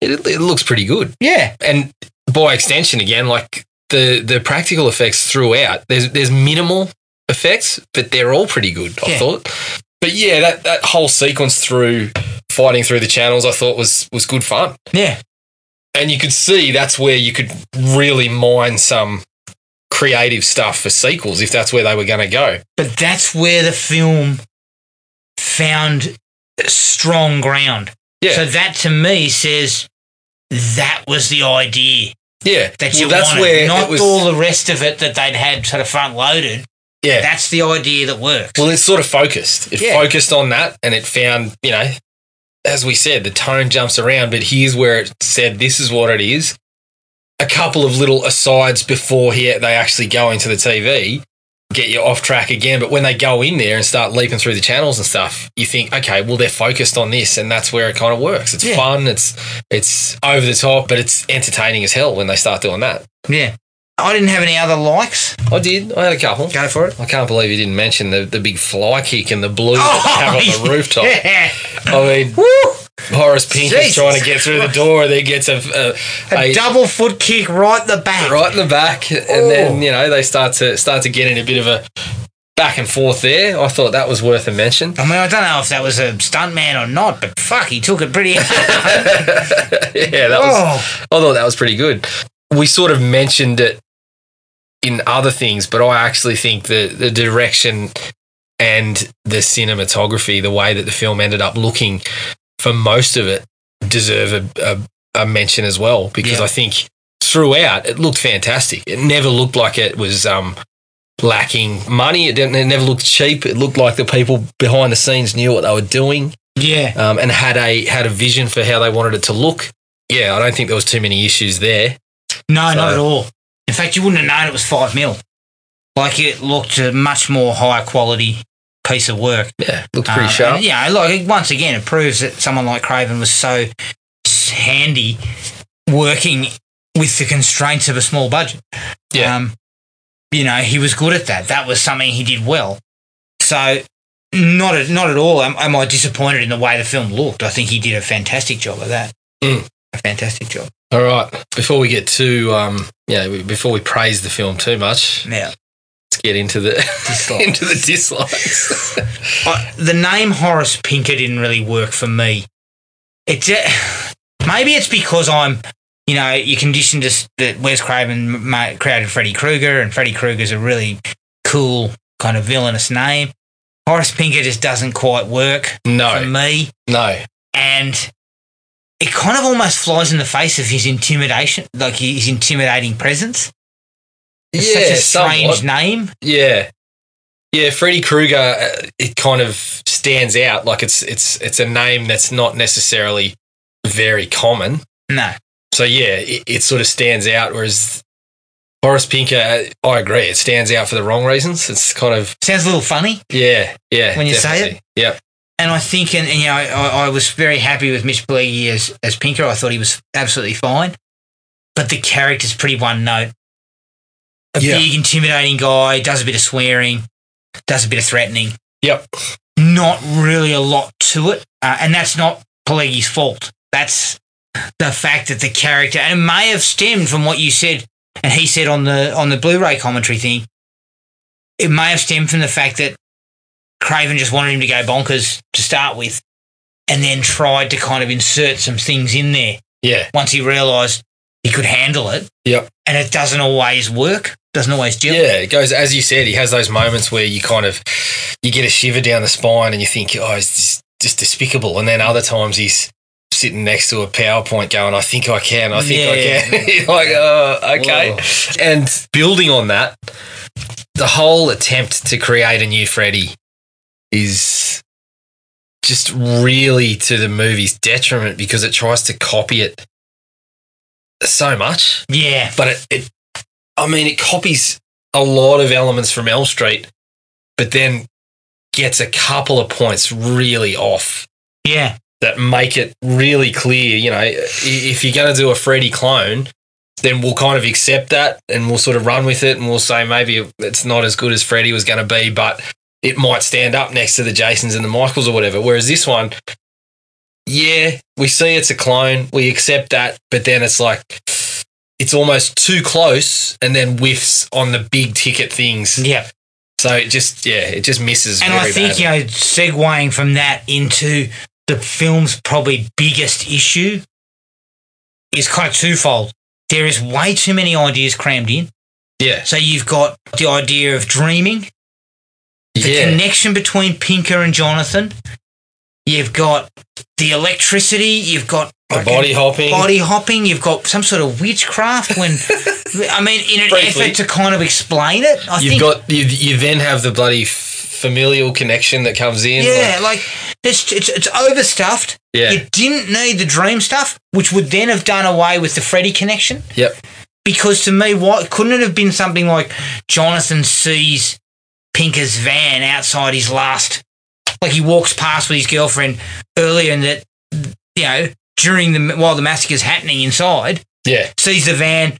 [SPEAKER 3] it, it looks pretty good.
[SPEAKER 2] Yeah.
[SPEAKER 3] and by extension again like the the practical effects throughout there's there's minimal effects but they're all pretty good i
[SPEAKER 2] Yeah.
[SPEAKER 3] thought but yeah that that whole sequence through fighting through the channels i thought was was good fun
[SPEAKER 2] Yeah.
[SPEAKER 3] and you could see that's where you could really mine some creative stuff for sequels if that's where they were going to go
[SPEAKER 2] but that's where the film found strong ground.
[SPEAKER 3] Yeah.
[SPEAKER 2] So that to me says that was the idea
[SPEAKER 3] yeah
[SPEAKER 2] that
[SPEAKER 3] Well,
[SPEAKER 2] you
[SPEAKER 3] that's
[SPEAKER 2] wanted,
[SPEAKER 3] where
[SPEAKER 2] not
[SPEAKER 3] it was
[SPEAKER 2] all the rest of it that they'd had sort of front loaded.
[SPEAKER 3] Yeah.
[SPEAKER 2] That's the idea that works.
[SPEAKER 3] Well, it's sort of focused. It
[SPEAKER 2] Yeah.
[SPEAKER 3] focused on that and it found, you know, as we said, the tone jumps around, but here's where it said this is what it is. A couple of little asides before here they actually go into the TV get you off track again. But when they go in there and start leaping through the channels and stuff, you think, okay, well they're focused on this and that's where it kind of works. It's
[SPEAKER 2] Yeah.
[SPEAKER 3] fun, it's it's over the top, but it's entertaining as hell when they start doing that.
[SPEAKER 2] yeah. I didn't have any other likes.
[SPEAKER 3] I did. I had a couple.
[SPEAKER 2] Go for it.
[SPEAKER 3] I can't believe you didn't mention the, the big fly kick and the blue that they have on the rooftop.
[SPEAKER 2] Oh, *laughs* Yeah.
[SPEAKER 3] I mean,
[SPEAKER 2] *laughs* Woo!
[SPEAKER 3] Horace Pink
[SPEAKER 2] Jesus
[SPEAKER 3] is trying to get through the door, and then gets a, a,
[SPEAKER 2] A
[SPEAKER 3] a-
[SPEAKER 2] double foot kick right in the back.
[SPEAKER 3] right in the back, and
[SPEAKER 2] Oh.
[SPEAKER 3] then you know they start to start to get in a bit of a back and forth there. I thought that was worth a mention. *laughs*
[SPEAKER 2] I mean, I don't know if that was a stunt man or not, but fuck, he took
[SPEAKER 3] *laughs*
[SPEAKER 2] it pretty.
[SPEAKER 3] yeah, that was.
[SPEAKER 2] oh,
[SPEAKER 3] I thought that was pretty good. We sort of mentioned it in other things, but I actually think the the direction and the cinematography, the way that the film ended up looking for most of it, deserve a, a, a mention as well because
[SPEAKER 2] Yeah.
[SPEAKER 3] I think throughout it looked fantastic. It never looked like it was um, lacking money. It, didn't, it never looked cheap. It looked like the people behind the scenes knew what they were doing
[SPEAKER 2] yeah.
[SPEAKER 3] um, and had a had a vision for how they wanted it to look. Yeah, I don't think there was too many issues there.
[SPEAKER 2] No, not
[SPEAKER 3] So-
[SPEAKER 2] at all. In fact, you wouldn't have known it was five mil. Like it looked a much more high quality piece of work.
[SPEAKER 3] Yeah, looked pretty
[SPEAKER 2] Um,
[SPEAKER 3] sharp.
[SPEAKER 2] and, yeah, like once again, it proves that someone like Craven was so handy working with the constraints of a small budget.
[SPEAKER 3] Yeah.
[SPEAKER 2] Um, you know, he was good at that. That was something he did well. So, not at, not at all am, am I disappointed in the way the film looked. I think he did a fantastic job of that.
[SPEAKER 3] Mm.
[SPEAKER 2] A fantastic job.
[SPEAKER 3] All right, before we get too um, yeah, we- before we praise the film too much,
[SPEAKER 2] Yeah.
[SPEAKER 3] let's get into the *laughs*
[SPEAKER 2] Dislikes.
[SPEAKER 3] into the dislikes. *laughs*
[SPEAKER 2] I, the name Horace Pinker didn't really work for me. It's uh, maybe it's because I'm, you know, you conditioned us that Wes Craven ma- created Freddy Krueger, and Freddy Krueger's a really cool kind of villainous name. Horace Pinker just doesn't quite work for
[SPEAKER 3] no,
[SPEAKER 2] me,
[SPEAKER 3] no,
[SPEAKER 2] and it kind of almost flies in the face of his intimidation, like his intimidating presence. It's such a strange
[SPEAKER 3] somewhat.
[SPEAKER 2] name.
[SPEAKER 3] Yeah. Yeah, Freddy Krueger. uh, It kind of stands out. Like it's it's it's a name that's not necessarily very common.
[SPEAKER 2] No,
[SPEAKER 3] So yeah, it, it sort of stands out. Whereas Boris Pinker, I agree, it stands out for the wrong reasons. It's kind of
[SPEAKER 2] sounds a little funny.
[SPEAKER 3] yeah, yeah.
[SPEAKER 2] When you say
[SPEAKER 3] yeah,
[SPEAKER 2] And I think, and, and, you know, I, I was very happy with Mitch Pileggi as, as Pinker. I thought he was absolutely fine. But the character's pretty one note. A
[SPEAKER 3] Yeah.
[SPEAKER 2] big, intimidating guy, does a bit of swearing, does a bit of threatening.
[SPEAKER 3] Yep.
[SPEAKER 2] Not really a lot to it. Uh, and that's not Pileggi's fault. That's the fact that the character, and it may have stemmed from what you said and he said on the on the Blu-ray commentary thing, it may have stemmed from the fact that Craven just wanted him to go bonkers to start with, and then tried to kind of insert some things in there
[SPEAKER 3] yeah,
[SPEAKER 2] once he realised he could handle it.
[SPEAKER 3] Yep.
[SPEAKER 2] And it doesn't always work. Doesn't always gel.
[SPEAKER 3] yeah. It goes as you said. He has those moments where you kind of you get a shiver down the spine and you think, oh, it's just, just despicable. And then other times he's sitting next to a PowerPoint going, I think I can, I think I can. You're *laughs* like, oh, okay. And building on that, the whole attempt to create a new Freddy is just really to the movie's detriment because it tries to copy it so much.
[SPEAKER 2] Yeah.
[SPEAKER 3] But it, it I mean, it copies a lot of elements from Elm Street, but then gets a couple of points really off
[SPEAKER 2] Yeah.
[SPEAKER 3] that make it really clear. You know, i- if you're going to do a Freddy clone, then we'll kind of accept that and we'll sort of run with it and we'll say maybe it's not as good as Freddy was going to be, but it might stand up next to the Jasons and the Michaels or whatever. Whereas this one, yeah, we see it's a clone, we accept that, but then it's like it's almost too close and then whiffs on the big ticket things.
[SPEAKER 2] Yeah.
[SPEAKER 3] So it just yeah, it just misses.
[SPEAKER 2] And
[SPEAKER 3] very
[SPEAKER 2] I think,
[SPEAKER 3] badly.
[SPEAKER 2] you know, segueing from that into the film's probably biggest issue is kind of twofold. There is way too many ideas crammed in.
[SPEAKER 3] yeah,
[SPEAKER 2] So you've got the idea of dreaming, the
[SPEAKER 3] yeah,
[SPEAKER 2] connection between Pinker and Jonathan. You've got the electricity. You've got
[SPEAKER 3] The body hopping.
[SPEAKER 2] body hopping. You've got some sort of
[SPEAKER 3] *laughs*
[SPEAKER 2] witchcraft. When I mean, in an
[SPEAKER 3] Briefly.
[SPEAKER 2] effort to kind of explain it, I
[SPEAKER 3] You've
[SPEAKER 2] think
[SPEAKER 3] got you. You then have the bloody f- familial connection that comes in.
[SPEAKER 2] yeah, like, it's, it's it's overstuffed.
[SPEAKER 3] Yeah.
[SPEAKER 2] you didn't need the dream stuff, which would then have done away with the Freddy connection.
[SPEAKER 3] Like, yep.
[SPEAKER 2] Because to me, why couldn't it have been something like Jonathan sees Pinker's van outside his last, like he walks past with his girlfriend earlier, and that you know during the while the massacre's happening inside.
[SPEAKER 3] Yeah.
[SPEAKER 2] sees the van,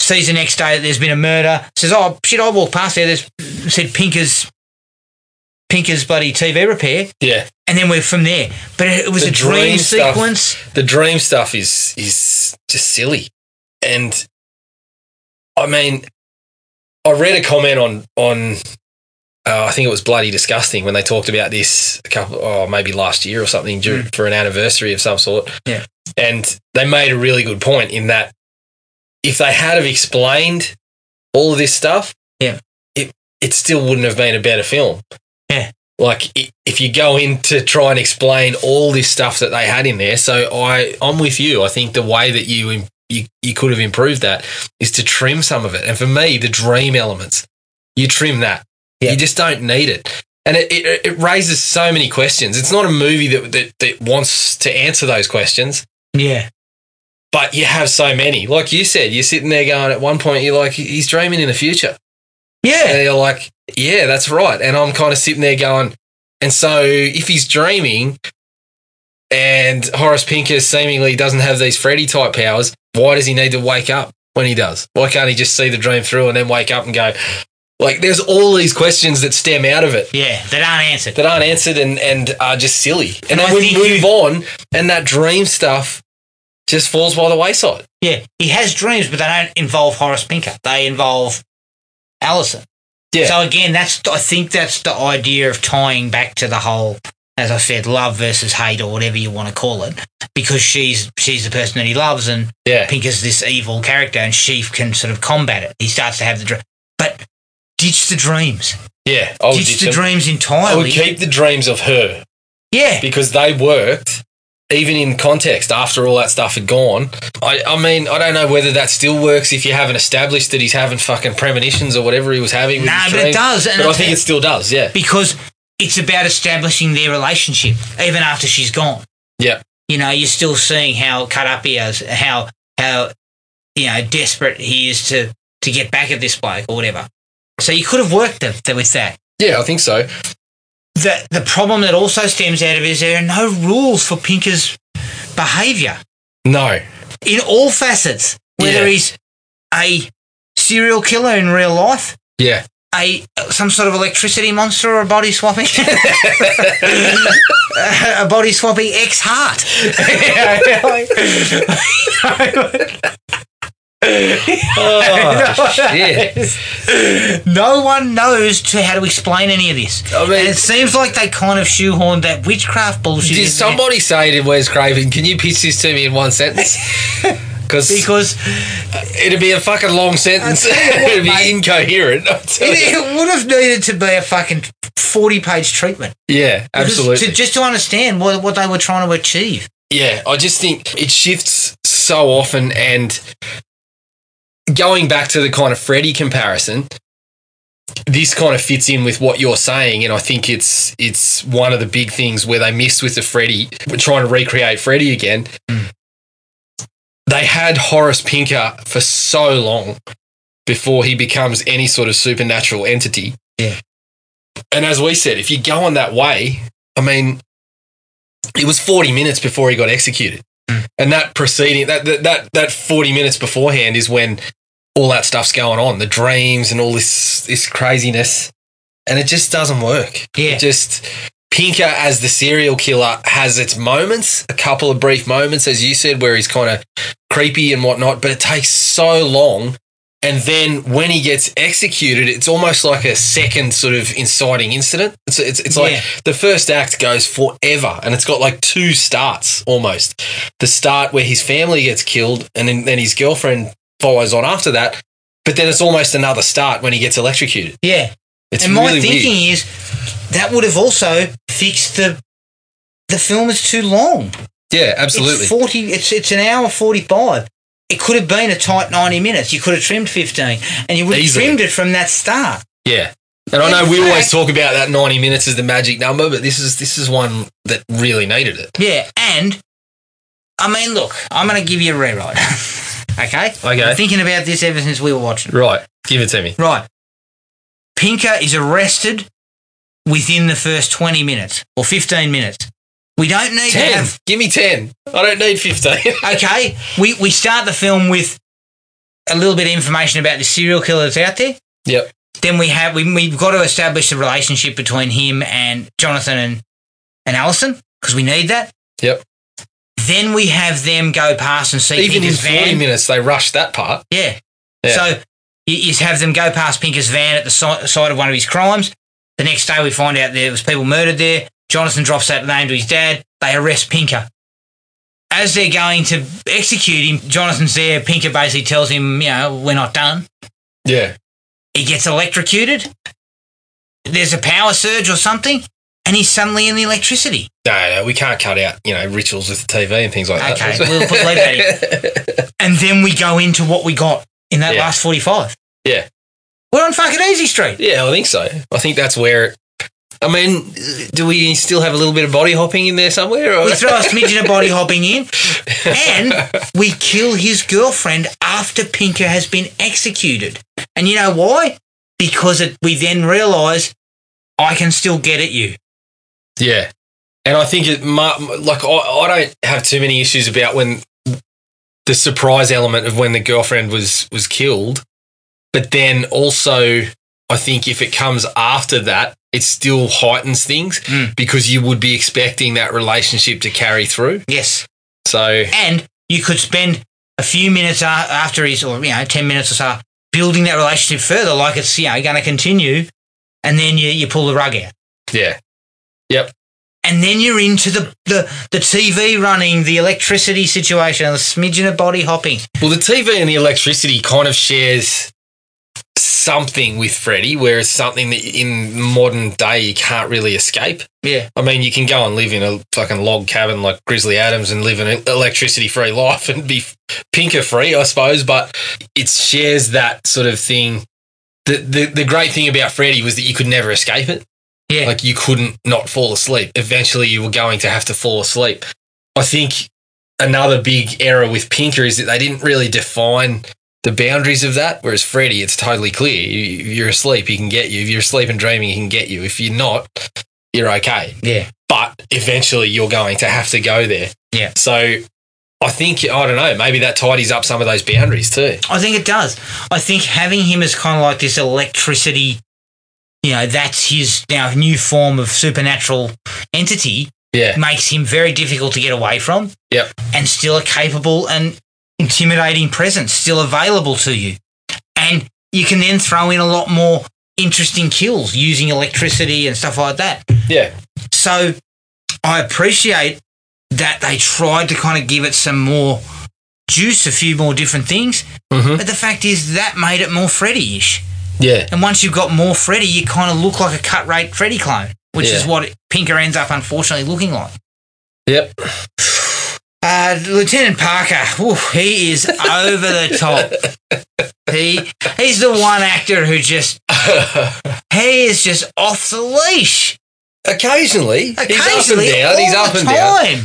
[SPEAKER 2] sees the next day that there's been a murder, says, "Oh shit, I walked past there." There's said Pinker's, Pinker's bloody TV repair,
[SPEAKER 3] Yeah.
[SPEAKER 2] and then we're from there. But it, it was
[SPEAKER 3] The
[SPEAKER 2] a dream,
[SPEAKER 3] dream stuff.
[SPEAKER 2] sequence.
[SPEAKER 3] The dream stuff is is just silly, and I mean, I read a comment on on. Uh, I think it was bloody disgusting when they talked about this a couple, oh, maybe last year or something, dur- for an anniversary of some sort.
[SPEAKER 2] Mm. Yeah.
[SPEAKER 3] and they made a really good point in that if they had have explained all of this stuff,
[SPEAKER 2] Yeah.
[SPEAKER 3] it it still wouldn't have been a better film.
[SPEAKER 2] Yeah.
[SPEAKER 3] like i- if you go in to try and explain all this stuff that they had in there, so I I'm with you. I think the way that you im- you, you could have improved that is to trim some of it. And for me, the dream elements, you trim that.
[SPEAKER 2] Yeah.
[SPEAKER 3] You just don't need it. And it, it, it raises so many questions. It's not a movie that, that, that wants to answer those questions
[SPEAKER 2] Yeah,
[SPEAKER 3] but you have so many. Like you said, you're sitting there going, at one point, you're like, he's dreaming in the future.
[SPEAKER 2] yeah,
[SPEAKER 3] And you're like, yeah, that's right. And I'm kind of sitting there going, and so if he's dreaming and Horace Pinker seemingly doesn't have these Freddy type powers, why does he need to wake up when he does? Why can't he just see the dream through and then wake up and go, like, there's all these questions that stem out of it
[SPEAKER 2] yeah. That aren't answered.
[SPEAKER 3] that aren't answered and, and are just silly. And,
[SPEAKER 2] And I
[SPEAKER 3] then we
[SPEAKER 2] think
[SPEAKER 3] move
[SPEAKER 2] you-
[SPEAKER 3] on, and that dream stuff just falls by the wayside.
[SPEAKER 2] Yeah, he has dreams, but they don't involve Horace Pinker. They involve Allison.
[SPEAKER 3] Yeah.
[SPEAKER 2] So again, that's I think that's the idea of tying back to the whole, as I said, love versus hate or whatever you want to call it, because she's she's the person that he loves and
[SPEAKER 3] Yeah.
[SPEAKER 2] Pink is this evil character, and she can sort of combat it. He starts to have the dream, but ditch the dreams,
[SPEAKER 3] Yeah, I would, Oh,
[SPEAKER 2] ditch
[SPEAKER 3] ditch
[SPEAKER 2] the
[SPEAKER 3] them.
[SPEAKER 2] dreams
[SPEAKER 3] I
[SPEAKER 2] entirely.
[SPEAKER 3] would keep the dreams of her
[SPEAKER 2] yeah,
[SPEAKER 3] because they worked, even in context after all that stuff had gone. I, I mean, I don't know whether that still works if you haven't established that he's having fucking premonitions or whatever he was having. With
[SPEAKER 2] Nah,
[SPEAKER 3] his
[SPEAKER 2] but it
[SPEAKER 3] dreams.
[SPEAKER 2] does, and
[SPEAKER 3] But I
[SPEAKER 2] it's-
[SPEAKER 3] think it still does. Yeah,
[SPEAKER 2] because it's about establishing their relationship even after she's gone.
[SPEAKER 3] yeah,
[SPEAKER 2] You know, you're still seeing how cut up he is, how how you know desperate he is to to get back at this bloke or whatever. So you could have worked the, the, with that.
[SPEAKER 3] yeah. I think so.
[SPEAKER 2] The the problem that also stems out of it is there are no rules for Pinker's behaviour.
[SPEAKER 3] No.
[SPEAKER 2] in all facets, whether
[SPEAKER 3] Yeah.
[SPEAKER 2] he's a serial killer in real life,
[SPEAKER 3] Yeah. *laughs*
[SPEAKER 2] *laughs* a some sort of electricity monster, or a body swapping, *laughs* a body swapping ex heart.
[SPEAKER 3] *laughs* Oh,
[SPEAKER 2] *laughs*
[SPEAKER 3] shit.
[SPEAKER 2] No one knows to how to explain any of this.
[SPEAKER 3] I mean-
[SPEAKER 2] and it seems like they kind of shoehorned that witchcraft bullshit.
[SPEAKER 3] Did
[SPEAKER 2] in there
[SPEAKER 3] somebody say to Wes Craven, "Can you pitch this to me in one
[SPEAKER 2] *laughs*
[SPEAKER 3] sentence?" Because
[SPEAKER 2] Because
[SPEAKER 3] it'd be a fucking long sentence. *laughs*
[SPEAKER 2] I'll tell you what,
[SPEAKER 3] it'd be
[SPEAKER 2] mate.
[SPEAKER 3] incoherent. I'll tell you.
[SPEAKER 2] it, it would have needed to be a fucking 40 page treatment.
[SPEAKER 3] Yeah,
[SPEAKER 2] Just
[SPEAKER 3] absolutely.
[SPEAKER 2] To, just to understand what, what they were trying to achieve.
[SPEAKER 3] Yeah, I just think it shifts so often. And going back to the kind of Freddy comparison, this kind of fits in with what you're saying, and I think it's it's one of the big things where they missed with the Freddy, we're trying to recreate Freddy again. They had Horace Pinker for so long before he becomes any sort of supernatural entity.
[SPEAKER 2] Yeah.
[SPEAKER 3] And as we said, if you go on that way, I mean, it was 40 minutes before he got executed.
[SPEAKER 2] Hmm.
[SPEAKER 3] And that preceding that, that that that 40 minutes beforehand is when all that stuff's going on, the dreams and all this this craziness. And it just doesn't work.
[SPEAKER 2] Yeah.
[SPEAKER 3] It just Pinker as the serial killer has its moments, a couple of brief moments, as you said, where he's kind of creepy and whatnot, but it takes so long. And then when he gets executed, it's almost like a second sort of inciting incident. It's it's, it's like
[SPEAKER 2] Yeah.
[SPEAKER 3] the first act goes forever, and it's got like two starts almost. The start where his family gets killed, and then, then his girlfriend follows on after that. But then it's almost another start when he gets electrocuted.
[SPEAKER 2] Yeah.
[SPEAKER 3] It's
[SPEAKER 2] and
[SPEAKER 3] really
[SPEAKER 2] my thinking
[SPEAKER 3] weird.
[SPEAKER 2] is that would have also fixed the the film is too long.
[SPEAKER 3] Yeah, absolutely.
[SPEAKER 2] It's forty. It's it's an hour forty five. It could have been a tight ninety minutes. You could have trimmed fifteen, and you would have
[SPEAKER 3] Easily.
[SPEAKER 2] trimmed it from that start.
[SPEAKER 3] yeah. And I
[SPEAKER 2] In
[SPEAKER 3] know we
[SPEAKER 2] fact-
[SPEAKER 3] always talk about that 90 minutes as the magic number, but this is this is one that really needed it.
[SPEAKER 2] Yeah, and I mean, look, I'm going to give you a rewrite. *laughs* okay.
[SPEAKER 3] Okay.
[SPEAKER 2] I'm thinking about this ever since we were watching.
[SPEAKER 3] Right. Give it to me.
[SPEAKER 2] Right. Pinker is arrested within the first 20 minutes or 15 minutes. We don't need to
[SPEAKER 3] 10.
[SPEAKER 2] have.
[SPEAKER 3] Give me 10. I don't need 15.
[SPEAKER 2] Okay. We, we start the film with a little bit of information about the serial killer that's out there.
[SPEAKER 3] *laughs* yep.
[SPEAKER 2] Then we have, we, we've got to establish the relationship between him and Jonathan and, and Allison because we need that.
[SPEAKER 3] Yep.
[SPEAKER 2] Then we have them go past and see
[SPEAKER 3] Even in
[SPEAKER 2] Pinker's
[SPEAKER 3] 40
[SPEAKER 2] van.
[SPEAKER 3] minutes, they rushed that part.
[SPEAKER 2] Yeah.
[SPEAKER 3] Yeah.
[SPEAKER 2] So you, you have them go past Pinker's van at the si- site of one of his crimes. The next day, we find out there was people murdered there. Jonathan drops that name to his dad. They arrest Pinker. As they're going to execute him, Jonathan's there. Pinker basically tells him, you know, we're not done.
[SPEAKER 3] Yeah.
[SPEAKER 2] He gets electrocuted. There's a power surge or something, and he's suddenly in the electricity.
[SPEAKER 3] No, no, we can't cut out, you know, rituals with the TV and things like *laughs*
[SPEAKER 2] Okay,
[SPEAKER 3] that.
[SPEAKER 2] we'll put leave that in. And then we go into what we got in that
[SPEAKER 3] Yeah.
[SPEAKER 2] last 45.
[SPEAKER 3] Yeah.
[SPEAKER 2] We're on fucking Easy Street.
[SPEAKER 3] Yeah, I think so. I think that's where it. I mean, do we still have a little bit of body hopping in there somewhere? Or?
[SPEAKER 2] We throw a smidgen of body hopping in, and we kill his girlfriend after Pinker has been executed. And you know why? Because it, we then realise I can still get at you.
[SPEAKER 3] Yeah, and I think it. mu- Like I, I don't have too many issues about when the surprise element of when the girlfriend was was killed, but then also I think if it comes after that, it still heightens things
[SPEAKER 2] Mm.
[SPEAKER 3] because you would be expecting that relationship to carry through.
[SPEAKER 2] Yes,
[SPEAKER 3] So
[SPEAKER 2] and you could spend a few minutes a- after his, or you know, ten minutes or so, building that relationship further, like it's you know going to continue, and then you, you pull the rug out,
[SPEAKER 3] yeah,
[SPEAKER 2] and then you're into the, the the TV running, the electricity situation, the smidgen of body hopping.
[SPEAKER 3] well, the TV and the electricity kind of shares something with Freddy, whereas something that in modern day you can't really escape.
[SPEAKER 2] Yeah,
[SPEAKER 3] I mean, you can go and live in a fucking log cabin like Grizzly Adams and live an electricity free *laughs* life and be pinker free, I suppose, but it shares that sort of thing. The, the, the great thing about Freddy was that you could never escape it.
[SPEAKER 2] yeah.
[SPEAKER 3] Like, you couldn't not fall asleep. Eventually, you were going to have to fall asleep. I think another big error with Pinker is that they didn't really define the boundaries of that, whereas Freddy, it's totally clear. You, if you're asleep, he can get you. If you're asleep and dreaming, he can get you. If you're not, you're okay
[SPEAKER 2] yeah.
[SPEAKER 3] but eventually you're going to have to go there.
[SPEAKER 2] Yeah.
[SPEAKER 3] So I think I don't know. Maybe that tidies up some of those boundaries too.
[SPEAKER 2] I think it does. I think having him as kind of like this electricity, you know, that's his now new form of supernatural entity
[SPEAKER 3] Yeah.
[SPEAKER 2] makes him very difficult to get away from.
[SPEAKER 3] Yep.
[SPEAKER 2] And still a capable and intimidating presence, still available to you. And you can then throw in a lot more interesting kills using electricity and stuff like that.
[SPEAKER 3] Yeah.
[SPEAKER 2] So I appreciate that they tried to kind of give it some more juice, a few more different things.
[SPEAKER 3] Mhm.
[SPEAKER 2] But the fact is, that made it more Freddy ish.
[SPEAKER 3] Yeah.
[SPEAKER 2] And once you've got more Freddy, you kind of look like a cut rate Freddy clone, which is
[SPEAKER 3] Yeah.
[SPEAKER 2] what Pinker ends up unfortunately looking like.
[SPEAKER 3] Yep.
[SPEAKER 2] Uh, Lieutenant Parker, whew, he is over the top. He he's the one actor who just he is just off the leash.
[SPEAKER 3] Occasionally, he's up and
[SPEAKER 2] Occasionally,
[SPEAKER 3] down.
[SPEAKER 2] all
[SPEAKER 3] he's up
[SPEAKER 2] the
[SPEAKER 3] and
[SPEAKER 2] time.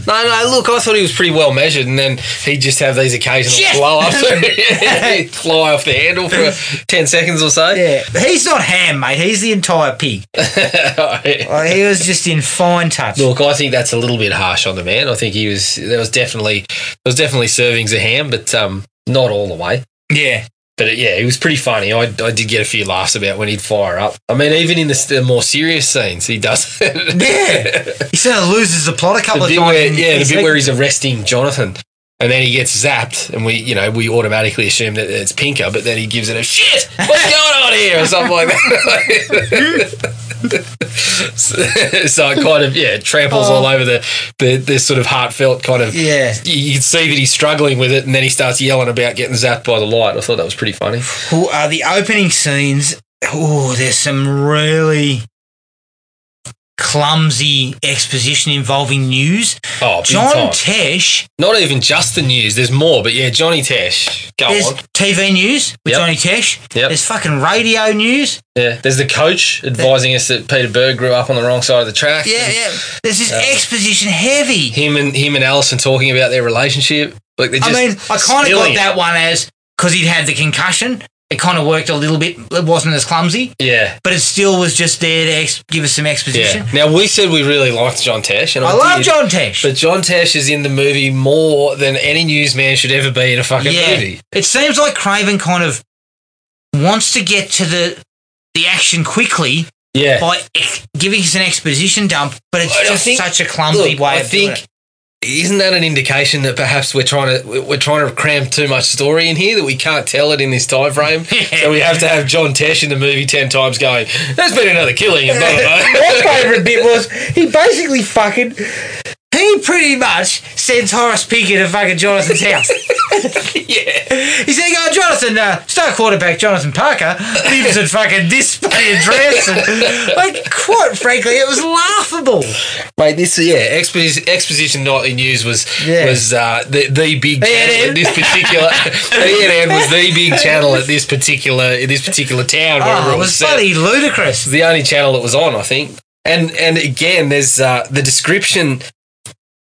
[SPEAKER 3] down. No, no. Look, I thought he was pretty well measured, and then he'd just have these occasional
[SPEAKER 2] Shit.
[SPEAKER 3] blow ups, He'd
[SPEAKER 2] *laughs*
[SPEAKER 3] *laughs* fly off the handle for *laughs* ten seconds or so.
[SPEAKER 2] Yeah, he's not ham, mate. He's the entire pig. Like, Oh, he was just in fine
[SPEAKER 3] *laughs*
[SPEAKER 2] touch.
[SPEAKER 3] Look, I think that's a little bit harsh on the man. I think he was there was definitely there was definitely servings of ham, but um, not all the way.
[SPEAKER 2] Yeah,
[SPEAKER 3] But it, yeah, it was pretty funny. I, I did get a few laughs about when he'd fire up. I mean, even in the, s- the more serious scenes, he does. *laughs* it.
[SPEAKER 2] yeah. He sort of loses the plot a
[SPEAKER 3] the
[SPEAKER 2] couple of
[SPEAKER 3] bit
[SPEAKER 2] times.
[SPEAKER 3] where,
[SPEAKER 2] in-
[SPEAKER 3] yeah,
[SPEAKER 2] in
[SPEAKER 3] the bit
[SPEAKER 2] second-
[SPEAKER 3] where he's arresting Jonathan, and then he gets zapped, and we you know we automatically assume that it's Pinker, but then he gives it a shit. What's going on here or something like that. *laughs* so, so it kind of yeah tramples all over the, the the sort of heartfelt kind of
[SPEAKER 2] Oh. Yeah.
[SPEAKER 3] You, you can see that he's struggling with it, and then he starts yelling about getting zapped by the light. I thought that was pretty funny.
[SPEAKER 2] Who are the opening scenes? Oh, there's some really clumsy exposition involving news.
[SPEAKER 3] Oh, big
[SPEAKER 2] John
[SPEAKER 3] time.
[SPEAKER 2] Tesh
[SPEAKER 3] Not even just the news. There's more, but yeah, Johnny Tesh. Go
[SPEAKER 2] There's
[SPEAKER 3] on.
[SPEAKER 2] TV news with
[SPEAKER 3] Yep.
[SPEAKER 2] Johnny Tesh.
[SPEAKER 3] Yep.
[SPEAKER 2] There's fucking radio news.
[SPEAKER 3] Yeah, there's the coach advising us that Peter Berg grew up on the wrong side of the track.
[SPEAKER 2] Yeah, yeah. There's this exposition heavy.
[SPEAKER 3] Him and him and Allison talking about their relationship. Like they're
[SPEAKER 2] I
[SPEAKER 3] just
[SPEAKER 2] mean, I kind of
[SPEAKER 3] spilling
[SPEAKER 2] got
[SPEAKER 3] it.
[SPEAKER 2] that one as because he'd had the concussion. It kind of worked a little bit. It wasn't as clumsy,
[SPEAKER 3] Yeah,
[SPEAKER 2] but it still was just there to ex- give us some exposition.
[SPEAKER 3] yeah. Now we said we really liked John Tesh, and I,
[SPEAKER 2] I love
[SPEAKER 3] did,
[SPEAKER 2] John Tesh.
[SPEAKER 3] But John Tesh is in the movie more than any newsman should ever be in a fucking
[SPEAKER 2] yeah,
[SPEAKER 3] movie.
[SPEAKER 2] it seems like Craven kind of wants to get to the the action quickly
[SPEAKER 3] Yeah,
[SPEAKER 2] by ex- giving us an exposition dump, but it's
[SPEAKER 3] I
[SPEAKER 2] just
[SPEAKER 3] think-
[SPEAKER 2] such a clumsy
[SPEAKER 3] Look,
[SPEAKER 2] way
[SPEAKER 3] I
[SPEAKER 2] of doing
[SPEAKER 3] think
[SPEAKER 2] it.
[SPEAKER 3] isn't that an indication that perhaps we're trying to we're trying to cram too much story in here that we can't tell it in this time
[SPEAKER 2] *laughs*
[SPEAKER 3] frame? so we have to have John Tesh in the movie ten times going. There's been another killing. And blah,
[SPEAKER 2] *laughs*
[SPEAKER 3] blah, *laughs*
[SPEAKER 2] My
[SPEAKER 3] blah.
[SPEAKER 2] favourite bit was he basically fucking he pretty much sends Horace Pinker to fucking Jonathan's house.
[SPEAKER 3] yeah,
[SPEAKER 2] He said, "Oh, Jonathan, uh, star quarterback Jonathan Parker lives in fucking this address." And, like, quite frankly, it was laughable.
[SPEAKER 3] mate. This yeah, exposition, exposition nightly news was
[SPEAKER 2] Yeah.
[SPEAKER 3] was uh, the the big
[SPEAKER 2] A&M.
[SPEAKER 3] channel at this
[SPEAKER 2] *laughs*
[SPEAKER 3] particular. A&M was the big channel at this particular in this particular town. wherever
[SPEAKER 2] Oh, it was
[SPEAKER 3] set.
[SPEAKER 2] bloody ludicrous.
[SPEAKER 3] It's the only channel that was on, I think. And and again, there's uh, the description.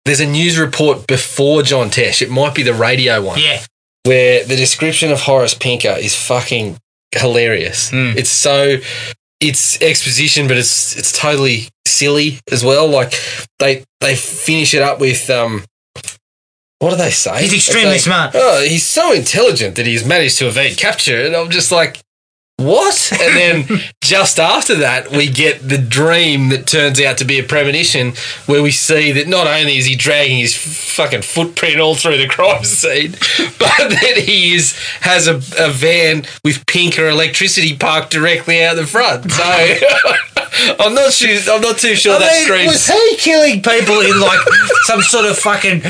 [SPEAKER 3] There's a news report before John Tesh. It might be the radio one,
[SPEAKER 2] Yeah,
[SPEAKER 3] where the description of Horace Pinker is fucking hilarious.
[SPEAKER 2] Mm.
[SPEAKER 3] It's so it's exposition, but it's it's totally silly as well. Like they they finish it up with um. What do they say?
[SPEAKER 2] He's
[SPEAKER 3] They
[SPEAKER 2] extremely
[SPEAKER 3] say,
[SPEAKER 2] smart.
[SPEAKER 3] Oh, he's so intelligent that he's managed to evade capture, and I'm just like, what? And
[SPEAKER 2] *laughs*
[SPEAKER 3] then just after that, we get the dream that turns out to be a premonition where we see that not only is he dragging his fucking footprint all through the crime scene, *laughs* but that he is has a, a van with pinker electricity parked directly out the front. So *laughs* I'm not sure. I'm not too sure that
[SPEAKER 2] I mean,
[SPEAKER 3] screams.
[SPEAKER 2] was he killing people in like some sort of fucking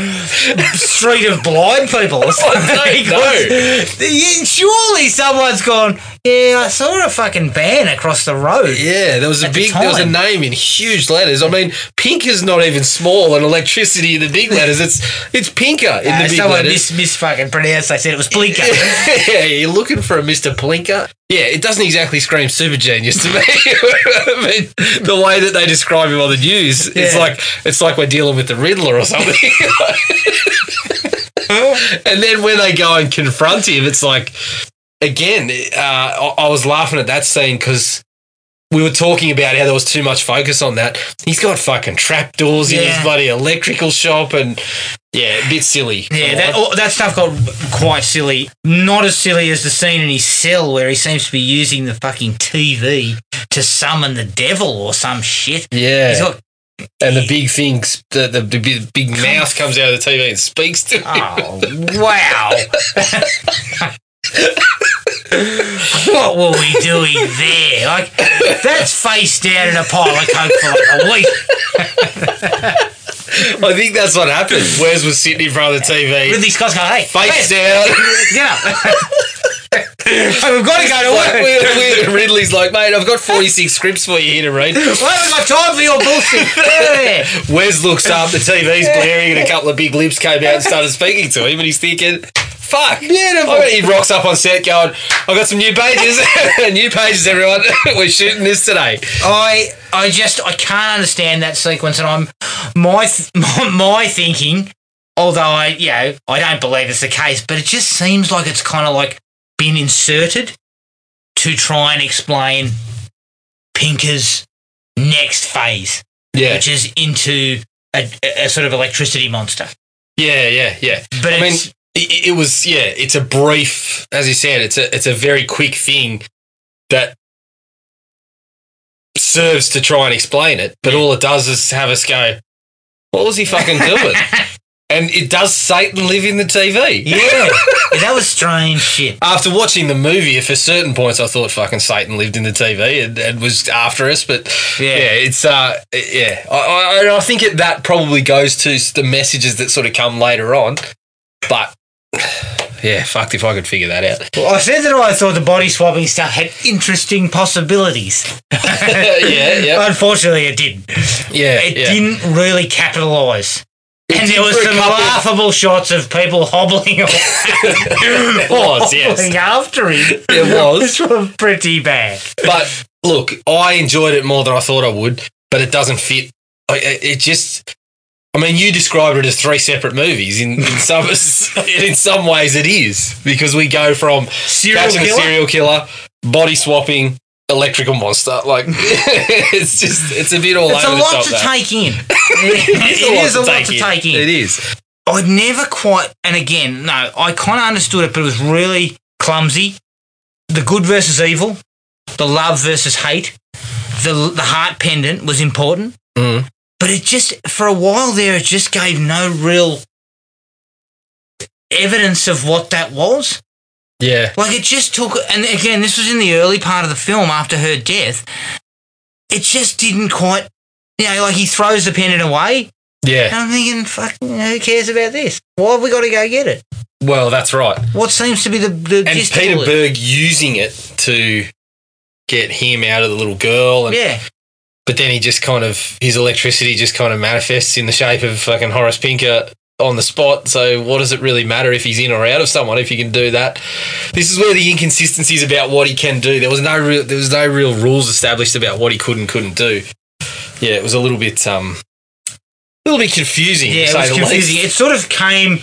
[SPEAKER 2] street of blind people? Or *laughs* something?
[SPEAKER 3] know.
[SPEAKER 2] Because yeah, Surely someone's gone. Yeah, I saw a fucking van across the road.
[SPEAKER 3] Yeah, there was a
[SPEAKER 2] At the
[SPEAKER 3] big, there was a
[SPEAKER 2] time.
[SPEAKER 3] name in huge letters. I mean, pink is not even small, and electricity in the big letters. It's it's pinker in
[SPEAKER 2] Uh,
[SPEAKER 3] the big
[SPEAKER 2] someone
[SPEAKER 3] letters.
[SPEAKER 2] mis, mis fucking pronounced. They said it was blinker.
[SPEAKER 3] yeah, you're looking for a Mr. Plinker. Yeah, it doesn't exactly scream super genius to me. *laughs* I mean, the way that they describe him on the news, it's
[SPEAKER 2] Yeah.
[SPEAKER 3] like it's like we're dealing with the Riddler or something. *laughs*
[SPEAKER 2] *laughs*
[SPEAKER 3] and then when they go and confront him, it's like again, uh, I, I was laughing at that scene because. We were talking about how there was too much focus on that. He's got fucking trapdoors in his
[SPEAKER 2] Yeah.
[SPEAKER 3] bloody electrical shop, and yeah, a bit silly.
[SPEAKER 2] Yeah, that, all, that stuff got quite silly. Not as silly as the scene in his cell where he seems to be using the fucking TV to summon the devil or some shit.
[SPEAKER 3] yeah.
[SPEAKER 2] He's got,
[SPEAKER 3] And the big thing, the, the, the big- big mouth comes out of the TV and speaks to him.
[SPEAKER 2] oh, wow. what were we doing there? Like, that's face down in a pile of coke for like a week.
[SPEAKER 3] *laughs* I think that's what happened. Wes was sitting in front of the TV,
[SPEAKER 2] Ridley Scott's going, hey,
[SPEAKER 3] face down.
[SPEAKER 2] get up. *laughs* Hey, we've got to go to
[SPEAKER 3] *laughs* Like,
[SPEAKER 2] work.
[SPEAKER 3] weird, weird. Ridley's like, mate, I've got 46 scripts for you here to read.
[SPEAKER 2] I haven't got time *laughs* for your bullshit. Get out of there.
[SPEAKER 3] Wes looks up, the TV's blaring, and a couple of big lips came out and started speaking to him, and he's thinking, fuck. Beautiful. he rocks up on set going, I've got some new pages. *laughs* new pages, everyone. *laughs* We're shooting this today.
[SPEAKER 2] I I just I can't understand that sequence, and I'm my th- *laughs* my, my thinking. Although I you know I don't believe it's the case, but it just seems like it's kind of like been inserted to try and explain Pinker's next phase,
[SPEAKER 3] Yeah.
[SPEAKER 2] which is into a, a sort of electricity monster.
[SPEAKER 3] Yeah, yeah, yeah.
[SPEAKER 2] But
[SPEAKER 3] I mean,
[SPEAKER 2] it's-
[SPEAKER 3] it, it was yeah. It's a brief, as you said. It's a it's a very quick thing that serves to try and explain it, but all it does is have us go, "What was he fucking
[SPEAKER 2] *laughs*
[SPEAKER 3] doing?" and it does Satan live in the TV?
[SPEAKER 2] Yeah, *laughs* that was strange shit.
[SPEAKER 3] After watching the movie, for certain points, I thought fucking Satan lived in the TV and, and was after us. But yeah,
[SPEAKER 2] Yeah.
[SPEAKER 3] it's uh, yeah. I, I, and I think it, that probably goes to the messages that sort of come later on. But *sighs* yeah, fucked if I could figure that out. *laughs*
[SPEAKER 2] Well, I said that I thought the body swapping stuff had interesting possibilities.
[SPEAKER 3] yeah, yeah,
[SPEAKER 2] Unfortunately, it didn't.
[SPEAKER 3] yeah.
[SPEAKER 2] *laughs* It
[SPEAKER 3] yeah.
[SPEAKER 2] didn't really capitalise. And there
[SPEAKER 3] did
[SPEAKER 2] was
[SPEAKER 3] for a
[SPEAKER 2] some
[SPEAKER 3] couple.
[SPEAKER 2] laughable shots of people *laughs* hobbling,
[SPEAKER 3] It was, *laughs* yes.
[SPEAKER 2] hobbling after him,
[SPEAKER 3] It was.
[SPEAKER 2] which were pretty bad.
[SPEAKER 3] But look, I enjoyed it more than I thought I would, but it doesn't fit. I- It it just. I mean, you described it as three separate movies. In, in some *laughs* and in some ways, it is because we go from
[SPEAKER 2] Serial
[SPEAKER 3] catching
[SPEAKER 2] killer?
[SPEAKER 3] the serial killer, body swapping, electrical monster. Like *laughs* it's just it's a bit all
[SPEAKER 2] It's a
[SPEAKER 3] over the
[SPEAKER 2] lot
[SPEAKER 3] top,
[SPEAKER 2] to
[SPEAKER 3] though.
[SPEAKER 2] take *laughs* in.
[SPEAKER 3] It's
[SPEAKER 2] it is a lot to take in.
[SPEAKER 3] It is.
[SPEAKER 2] I never quite, and again, no, I kind of understood it, but it was really clumsy. The good versus evil, the love versus hate, the the heart pendant was important,
[SPEAKER 3] Mm.
[SPEAKER 2] but it just for a while there, it just gave no real evidence of what that was.
[SPEAKER 3] Yeah.
[SPEAKER 2] Like it just took, and again, this was in the early part of the film after her death. It just didn't quite, you know, like he throws the pendant away, and
[SPEAKER 3] Yeah.
[SPEAKER 2] I'm thinking, fucking, who cares about this? Why have we got to go get it?
[SPEAKER 3] Well, that's right.
[SPEAKER 2] What seems to be the, the
[SPEAKER 3] and
[SPEAKER 2] gist of
[SPEAKER 3] Peter
[SPEAKER 2] all this?
[SPEAKER 3] Berg using it to get him out of the little girl, and
[SPEAKER 2] Yeah,
[SPEAKER 3] but then he just kind of his electricity just kind of manifests in the shape of fucking Horace Pinker on the spot. So what does it really matter if he's in or out of someone if you can do that? This is where the inconsistencies about what he can do. There was no real there was no real rules established about what he could and couldn't do. Yeah, it was a little bit um a little bit confusing. to
[SPEAKER 2] yeah, it
[SPEAKER 3] say
[SPEAKER 2] was
[SPEAKER 3] the least.
[SPEAKER 2] confusing. It sort of came.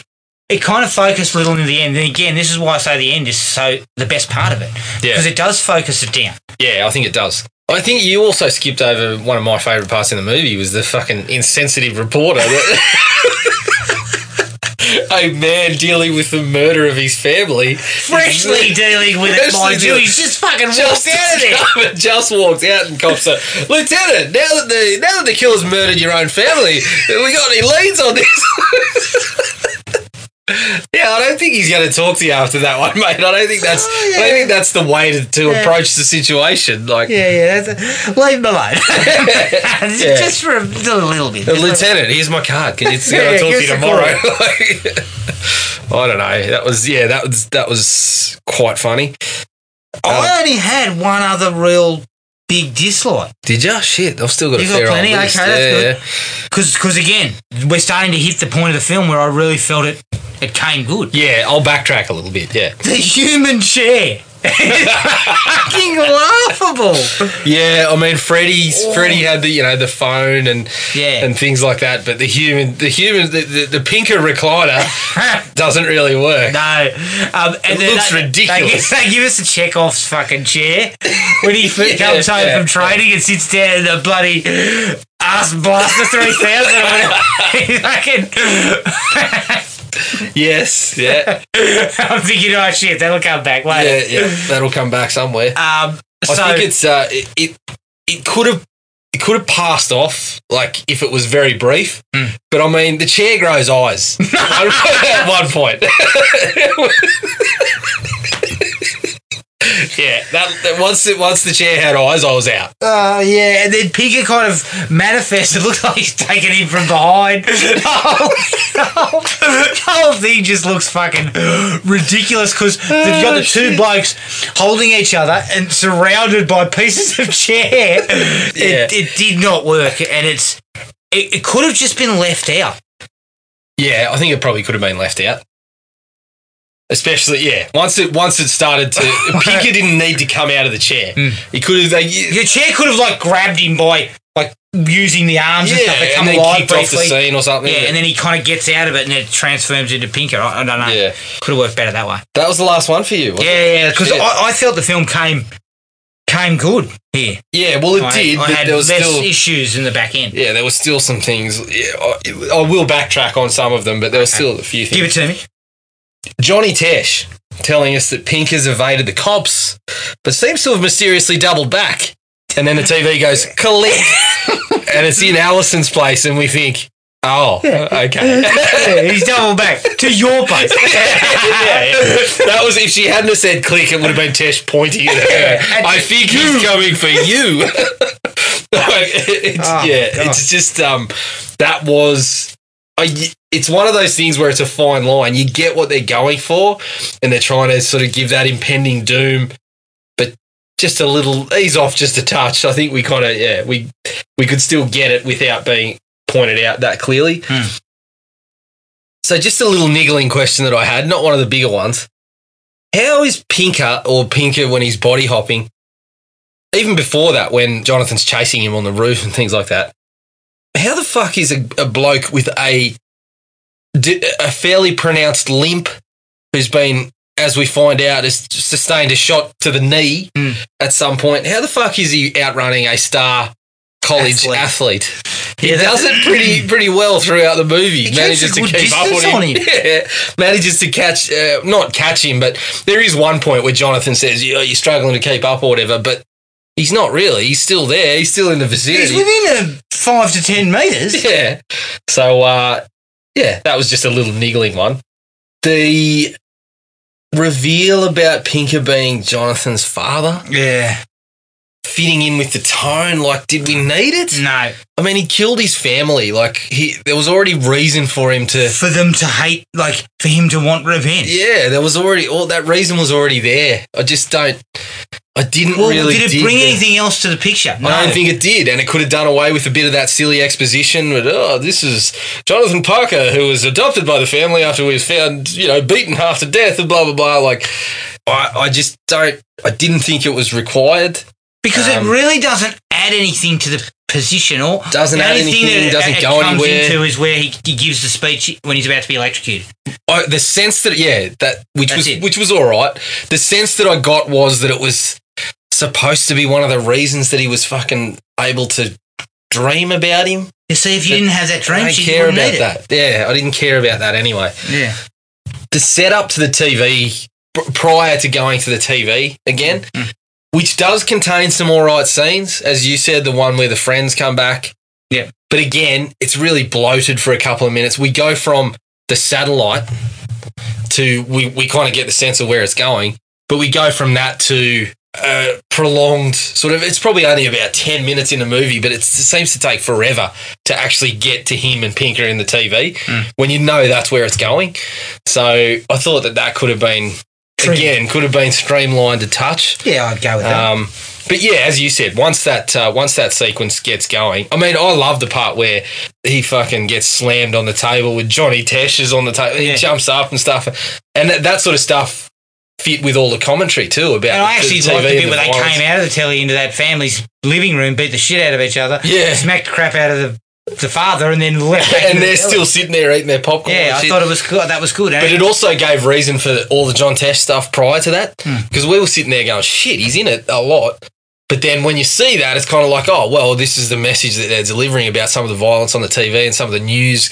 [SPEAKER 2] It kind of focused little in the end, and again, this is why I say the end is so the best part of it
[SPEAKER 3] Yeah.
[SPEAKER 2] because it does focus it down.
[SPEAKER 3] Yeah, I think it does. I think you also skipped over one of my favourite parts in the movie was the fucking insensitive reporter. That *laughs* a man dealing with the murder of his family.
[SPEAKER 2] Freshly dealing with it,
[SPEAKER 3] Freshly
[SPEAKER 2] mind you,
[SPEAKER 3] dealing-
[SPEAKER 2] he's just fucking walked
[SPEAKER 3] Just
[SPEAKER 2] out of there.
[SPEAKER 3] discovered- *laughs* Just walked out and cops said, Lieutenant, now that the now that the killer's murdered your own family, have we got any leads on this? *laughs* yeah, I don't think he's going to talk to you after that one, mate. I don't think
[SPEAKER 2] Oh,
[SPEAKER 3] that's I don't think that's the way to, to approach the situation. Like,
[SPEAKER 2] Yeah, yeah, that's a, leave him
[SPEAKER 3] *laughs*
[SPEAKER 2] alone. *laughs* just,
[SPEAKER 3] Yeah.
[SPEAKER 2] just for a, just a little bit.
[SPEAKER 3] The lieutenant, here's my card.
[SPEAKER 2] *laughs*
[SPEAKER 3] Can you it's
[SPEAKER 2] Yeah,
[SPEAKER 3] gonna talk
[SPEAKER 2] give
[SPEAKER 3] to
[SPEAKER 2] us
[SPEAKER 3] you
[SPEAKER 2] a
[SPEAKER 3] tomorrow? *laughs* I don't know. That was yeah. That was that was quite funny.
[SPEAKER 2] I only had one other real big dislike.
[SPEAKER 3] Did you? Shit, I've still got
[SPEAKER 2] You
[SPEAKER 3] a
[SPEAKER 2] got
[SPEAKER 3] fair
[SPEAKER 2] plenty?
[SPEAKER 3] old list.
[SPEAKER 2] Okay, that's
[SPEAKER 3] yeah,
[SPEAKER 2] good. Because, again, we're starting to hit the point of the film where I really felt it. It came good.
[SPEAKER 3] yeah. Yeah, I'll backtrack a little bit. Yeah,
[SPEAKER 2] The human chair. *laughs* fucking laughable.
[SPEAKER 3] yeah. I mean, Freddy's Freddy had the you know the phone and
[SPEAKER 2] Oh. Yeah.
[SPEAKER 3] and things like that, but the human the human the, the, the pinker recliner *laughs* doesn't really work.
[SPEAKER 2] No, um, and
[SPEAKER 3] It
[SPEAKER 2] then
[SPEAKER 3] looks
[SPEAKER 2] they-
[SPEAKER 3] ridiculous.
[SPEAKER 2] *laughs* They, give- they give us a Chekhov's fucking chair when he f-
[SPEAKER 3] Yeah,
[SPEAKER 2] comes home
[SPEAKER 3] yeah,
[SPEAKER 2] from training and sits down in the bloody ass blaster three thousand.
[SPEAKER 3] *laughs*
[SPEAKER 2] fucking,
[SPEAKER 3] Yes.
[SPEAKER 2] *laughs*
[SPEAKER 3] Yeah.
[SPEAKER 2] I'm thinking, oh shit, that'll come back
[SPEAKER 3] Yeah.
[SPEAKER 2] later.
[SPEAKER 3] Yeah. That'll come back somewhere.
[SPEAKER 2] Um, so,
[SPEAKER 3] I think it's uh, it it- it could have it could have passed off like if it was very brief, but I mean the chair grows *laughs* eyes at one point. *laughs* yeah, that, that- once it, once the chair had eyes, I was out.
[SPEAKER 2] uh, yeah, and then Pinker kind of manifests. It looks *laughs* like he's taking him from behind. *laughs* the, whole, the whole- the whole thing just looks fucking ridiculous because they've
[SPEAKER 3] Oh,
[SPEAKER 2] got the two blokes holding each other and surrounded by pieces of chair. *laughs*
[SPEAKER 3] Yeah.
[SPEAKER 2] It, it did not work, and it's it, it could have just been left out.
[SPEAKER 3] Yeah, I think it probably could have been left out. Especially, yeah. Once it once it *laughs* started to, Pinker didn't need to come out of the chair. He could have. They,
[SPEAKER 2] Your chair could have like grabbed him by like using the arms and
[SPEAKER 3] yeah,
[SPEAKER 2] stuff that come
[SPEAKER 3] and then
[SPEAKER 2] alive
[SPEAKER 3] kicked off the
[SPEAKER 2] briefly.
[SPEAKER 3] scene or something.
[SPEAKER 2] Yeah, and then he kind of gets out of it and it transforms into Pinker. I, I don't know.
[SPEAKER 3] Yeah.
[SPEAKER 2] Could have worked better that way.
[SPEAKER 3] that was the last one for you. wasn't it?
[SPEAKER 2] Yeah, yeah, because
[SPEAKER 3] Shit.
[SPEAKER 2] I, I felt the film came came good here.
[SPEAKER 3] Yeah, well, it
[SPEAKER 2] I,
[SPEAKER 3] did,
[SPEAKER 2] I
[SPEAKER 3] but
[SPEAKER 2] had
[SPEAKER 3] there was
[SPEAKER 2] less
[SPEAKER 3] still
[SPEAKER 2] issues in the back end.
[SPEAKER 3] yeah, there were still some things. Yeah, I, I will backtrack on some of them, but there were still a few
[SPEAKER 2] Give
[SPEAKER 3] things. *laughs*
[SPEAKER 2] it to me.
[SPEAKER 3] Johnny Tesh telling us that Pink has evaded the cops, but seems to have mysteriously doubled back. And then the TV
[SPEAKER 2] *laughs*
[SPEAKER 3] goes click, *laughs* and it's in Allison's place, and we think, oh,
[SPEAKER 2] *laughs*
[SPEAKER 3] okay.
[SPEAKER 2] He's double back to your place.
[SPEAKER 3] *laughs* Yeah, that was if she hadn't have said click, it would have been Tesh pointing at her.
[SPEAKER 2] and
[SPEAKER 3] I think he's coming for
[SPEAKER 2] *laughs*
[SPEAKER 3] you. *laughs* Like, it's,
[SPEAKER 2] Oh,
[SPEAKER 3] yeah,
[SPEAKER 2] God.
[SPEAKER 3] it's just um, that was. I, it's one of those things where it's a fine line. You get what they're going for, and they're trying to sort of give that impending doom, but just a little ease off, just a touch. I think we kind of yeah we we could still get it without being pointed out that clearly.
[SPEAKER 2] Hmm.
[SPEAKER 3] So just a little niggling question that I had, not one of the bigger ones. How is Pinker or Pinker when he's body hopping? Even before that, when Jonathan's chasing him on the roof and things like that, how the fuck is a, a bloke with a d- a fairly pronounced limp who's been, as we find out, has sustained a shot to the knee
[SPEAKER 2] Mm.
[SPEAKER 3] at some point. How the fuck is he outrunning a star college
[SPEAKER 2] Athlete.
[SPEAKER 3] athlete? He
[SPEAKER 2] Yeah, that-
[SPEAKER 3] does it pretty pretty well throughout the movie.
[SPEAKER 2] He keeps a good distance on him.
[SPEAKER 3] *laughs* Yeah, manages to catch, uh, not catch him, but there is one point where Jonathan says, "You- "You're struggling to keep up or whatever," but he's not really. He's still there. He's still in the vicinity.
[SPEAKER 2] He's within a five to ten meters.
[SPEAKER 3] *laughs* Yeah. So, uh, yeah, that was just a little niggling one. The reveal about Pinker being Jonathan's father
[SPEAKER 2] Yeah.
[SPEAKER 3] fitting in with the tone. Like, did we need it?
[SPEAKER 2] No.
[SPEAKER 3] I mean, he killed his family. Like, he there was already reason for him to.
[SPEAKER 2] For them to hate, like for him to want revenge.
[SPEAKER 3] Yeah, there was already all that reason was already there. I just don't. I didn't
[SPEAKER 2] Well,
[SPEAKER 3] really.
[SPEAKER 2] did it
[SPEAKER 3] dig
[SPEAKER 2] bring
[SPEAKER 3] the-
[SPEAKER 2] anything else to the picture? No.
[SPEAKER 3] I don't think it did, and it could have done away with a bit of that silly exposition. But oh, this is Jonathan Parker, who was adopted by the family after he was found, you know, beaten half to death, and blah blah blah. Like, I, I just don't. I didn't think it was required.
[SPEAKER 2] because
[SPEAKER 3] um,
[SPEAKER 2] it really doesn't add anything to the position or
[SPEAKER 3] Doesn't
[SPEAKER 2] the
[SPEAKER 3] add
[SPEAKER 2] only thing
[SPEAKER 3] anything,
[SPEAKER 2] that it-
[SPEAKER 3] doesn't
[SPEAKER 2] it
[SPEAKER 3] go
[SPEAKER 2] comes
[SPEAKER 3] anywhere.
[SPEAKER 2] into is where he, he gives the speech when he's about to be electrocuted.
[SPEAKER 3] I, the sense that, yeah, that which
[SPEAKER 2] That's
[SPEAKER 3] was
[SPEAKER 2] it.
[SPEAKER 3] which was all right. The sense that I got was that it was supposed to be one of the reasons that he was fucking able to dream about him.
[SPEAKER 2] You see, if you
[SPEAKER 3] But
[SPEAKER 2] didn't have that
[SPEAKER 3] I
[SPEAKER 2] dream,
[SPEAKER 3] don't
[SPEAKER 2] she
[SPEAKER 3] care
[SPEAKER 2] wouldn't
[SPEAKER 3] about
[SPEAKER 2] need it.
[SPEAKER 3] that. Yeah, I didn't care about that anyway.
[SPEAKER 2] Yeah.
[SPEAKER 3] the setup to the TV pr- prior to going to the TV again, which does contain some all right scenes, as you said, the one where the friends come back.
[SPEAKER 2] Yeah.
[SPEAKER 3] But again, it's really bloated for a couple of minutes. We go from the satellite to we, we kind of get the sense of where it's going, but we go from that to uh, prolonged sort of. It's probably only about ten minutes in the movie, but it's, it seems to take forever to actually get to him and Pinker in the TV when you know that's where it's going. So I thought that that could have been
[SPEAKER 2] Trim.
[SPEAKER 3] again could have been streamlined a touch.
[SPEAKER 2] Yeah, I'd go with that.
[SPEAKER 3] Um, but yeah, as you said, once that uh, once that sequence gets going, I mean, I love the part where he fucking gets slammed on the table with Johnny Tesh is on the table. He
[SPEAKER 2] Yeah.
[SPEAKER 3] jumps up and stuff, and that, that sort of stuff fit with all the commentary too about.
[SPEAKER 2] And I actually liked the bit where they
[SPEAKER 3] violence.
[SPEAKER 2] came out of the telly into that family's living room, beat the shit out of each other,
[SPEAKER 3] Yeah.
[SPEAKER 2] smacked the crap out of the, the father, and then
[SPEAKER 3] *laughs*
[SPEAKER 2] left. back into
[SPEAKER 3] and
[SPEAKER 2] the
[SPEAKER 3] they're
[SPEAKER 2] telly.
[SPEAKER 3] still sitting there eating their popcorn.
[SPEAKER 2] Yeah,
[SPEAKER 3] and
[SPEAKER 2] I
[SPEAKER 3] shit.
[SPEAKER 2] thought it was good. That was good. eh?
[SPEAKER 3] But
[SPEAKER 2] And
[SPEAKER 3] it also gave reason for all the John Tesh stuff prior to that because we were sitting there going, shit, he's in it a lot. But then when you see that, it's kind of like, oh, well, this is the message that they're delivering about some of the violence on the TV and some of the news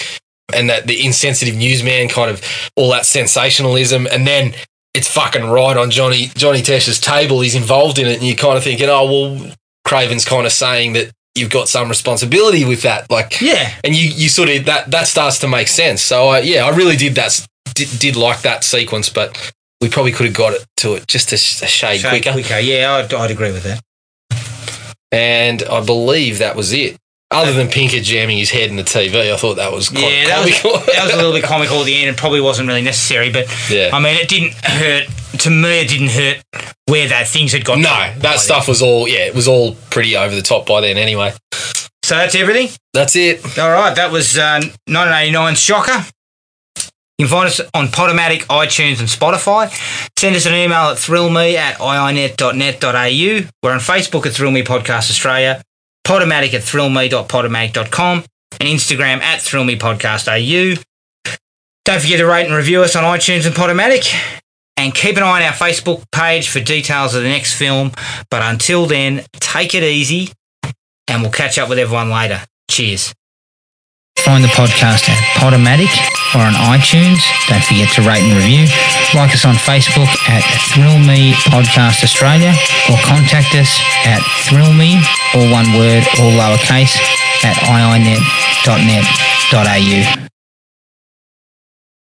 [SPEAKER 3] and that the insensitive newsman kind of all that sensationalism. And then it's fucking right on Johnny Johnny Tesh's table. He's involved in it, and you're kind of thinking, oh, well, Craven's kind of saying that you've got some responsibility with that. Like,
[SPEAKER 2] yeah,
[SPEAKER 3] and you, you sort of that that starts to make sense. So I, yeah, I really did that did, did like that sequence, but we probably could have got it to it just a, sh- a shade,
[SPEAKER 2] Shade
[SPEAKER 3] quicker.
[SPEAKER 2] quicker. Yeah, I'd, I'd agree with that.
[SPEAKER 3] And I believe that was it. Other than Pinker jamming his head in the TV, I thought that was quite
[SPEAKER 2] Yeah, that was,
[SPEAKER 3] comical.
[SPEAKER 2] that was a little bit comical at the end. It probably wasn't really necessary, but
[SPEAKER 3] Yeah.
[SPEAKER 2] I mean, it didn't hurt. To me, it didn't hurt where that things had
[SPEAKER 3] *laughs*
[SPEAKER 2] gone.
[SPEAKER 3] no, that stuff was all yeah, it was all pretty over the top by then. Anyway,
[SPEAKER 2] So that's everything.
[SPEAKER 3] that's it.
[SPEAKER 2] All right, that was uh, 1989's Shocker. You can find us on Podomatic, iTunes, and Spotify. Send us an email at thrillme at iinet.net.au. We're on Facebook at Thrill Me Podcast Australia, Podomatic at thrillme.podomatic.com, and Instagram at Thrill Me Podcast AU. Don't forget to rate and review us on iTunes and Podomatic. And keep an eye on our Facebook page for details of the next film. But until then, take it easy, and we'll catch up with everyone later. Cheers. Find the podcast at Podomatic or on iTunes. Don't forget to rate and review. Like us on Facebook at Thrill Me Podcast Australia or contact us at Thrill Me, all one word, all lowercase, at iinet.net.au.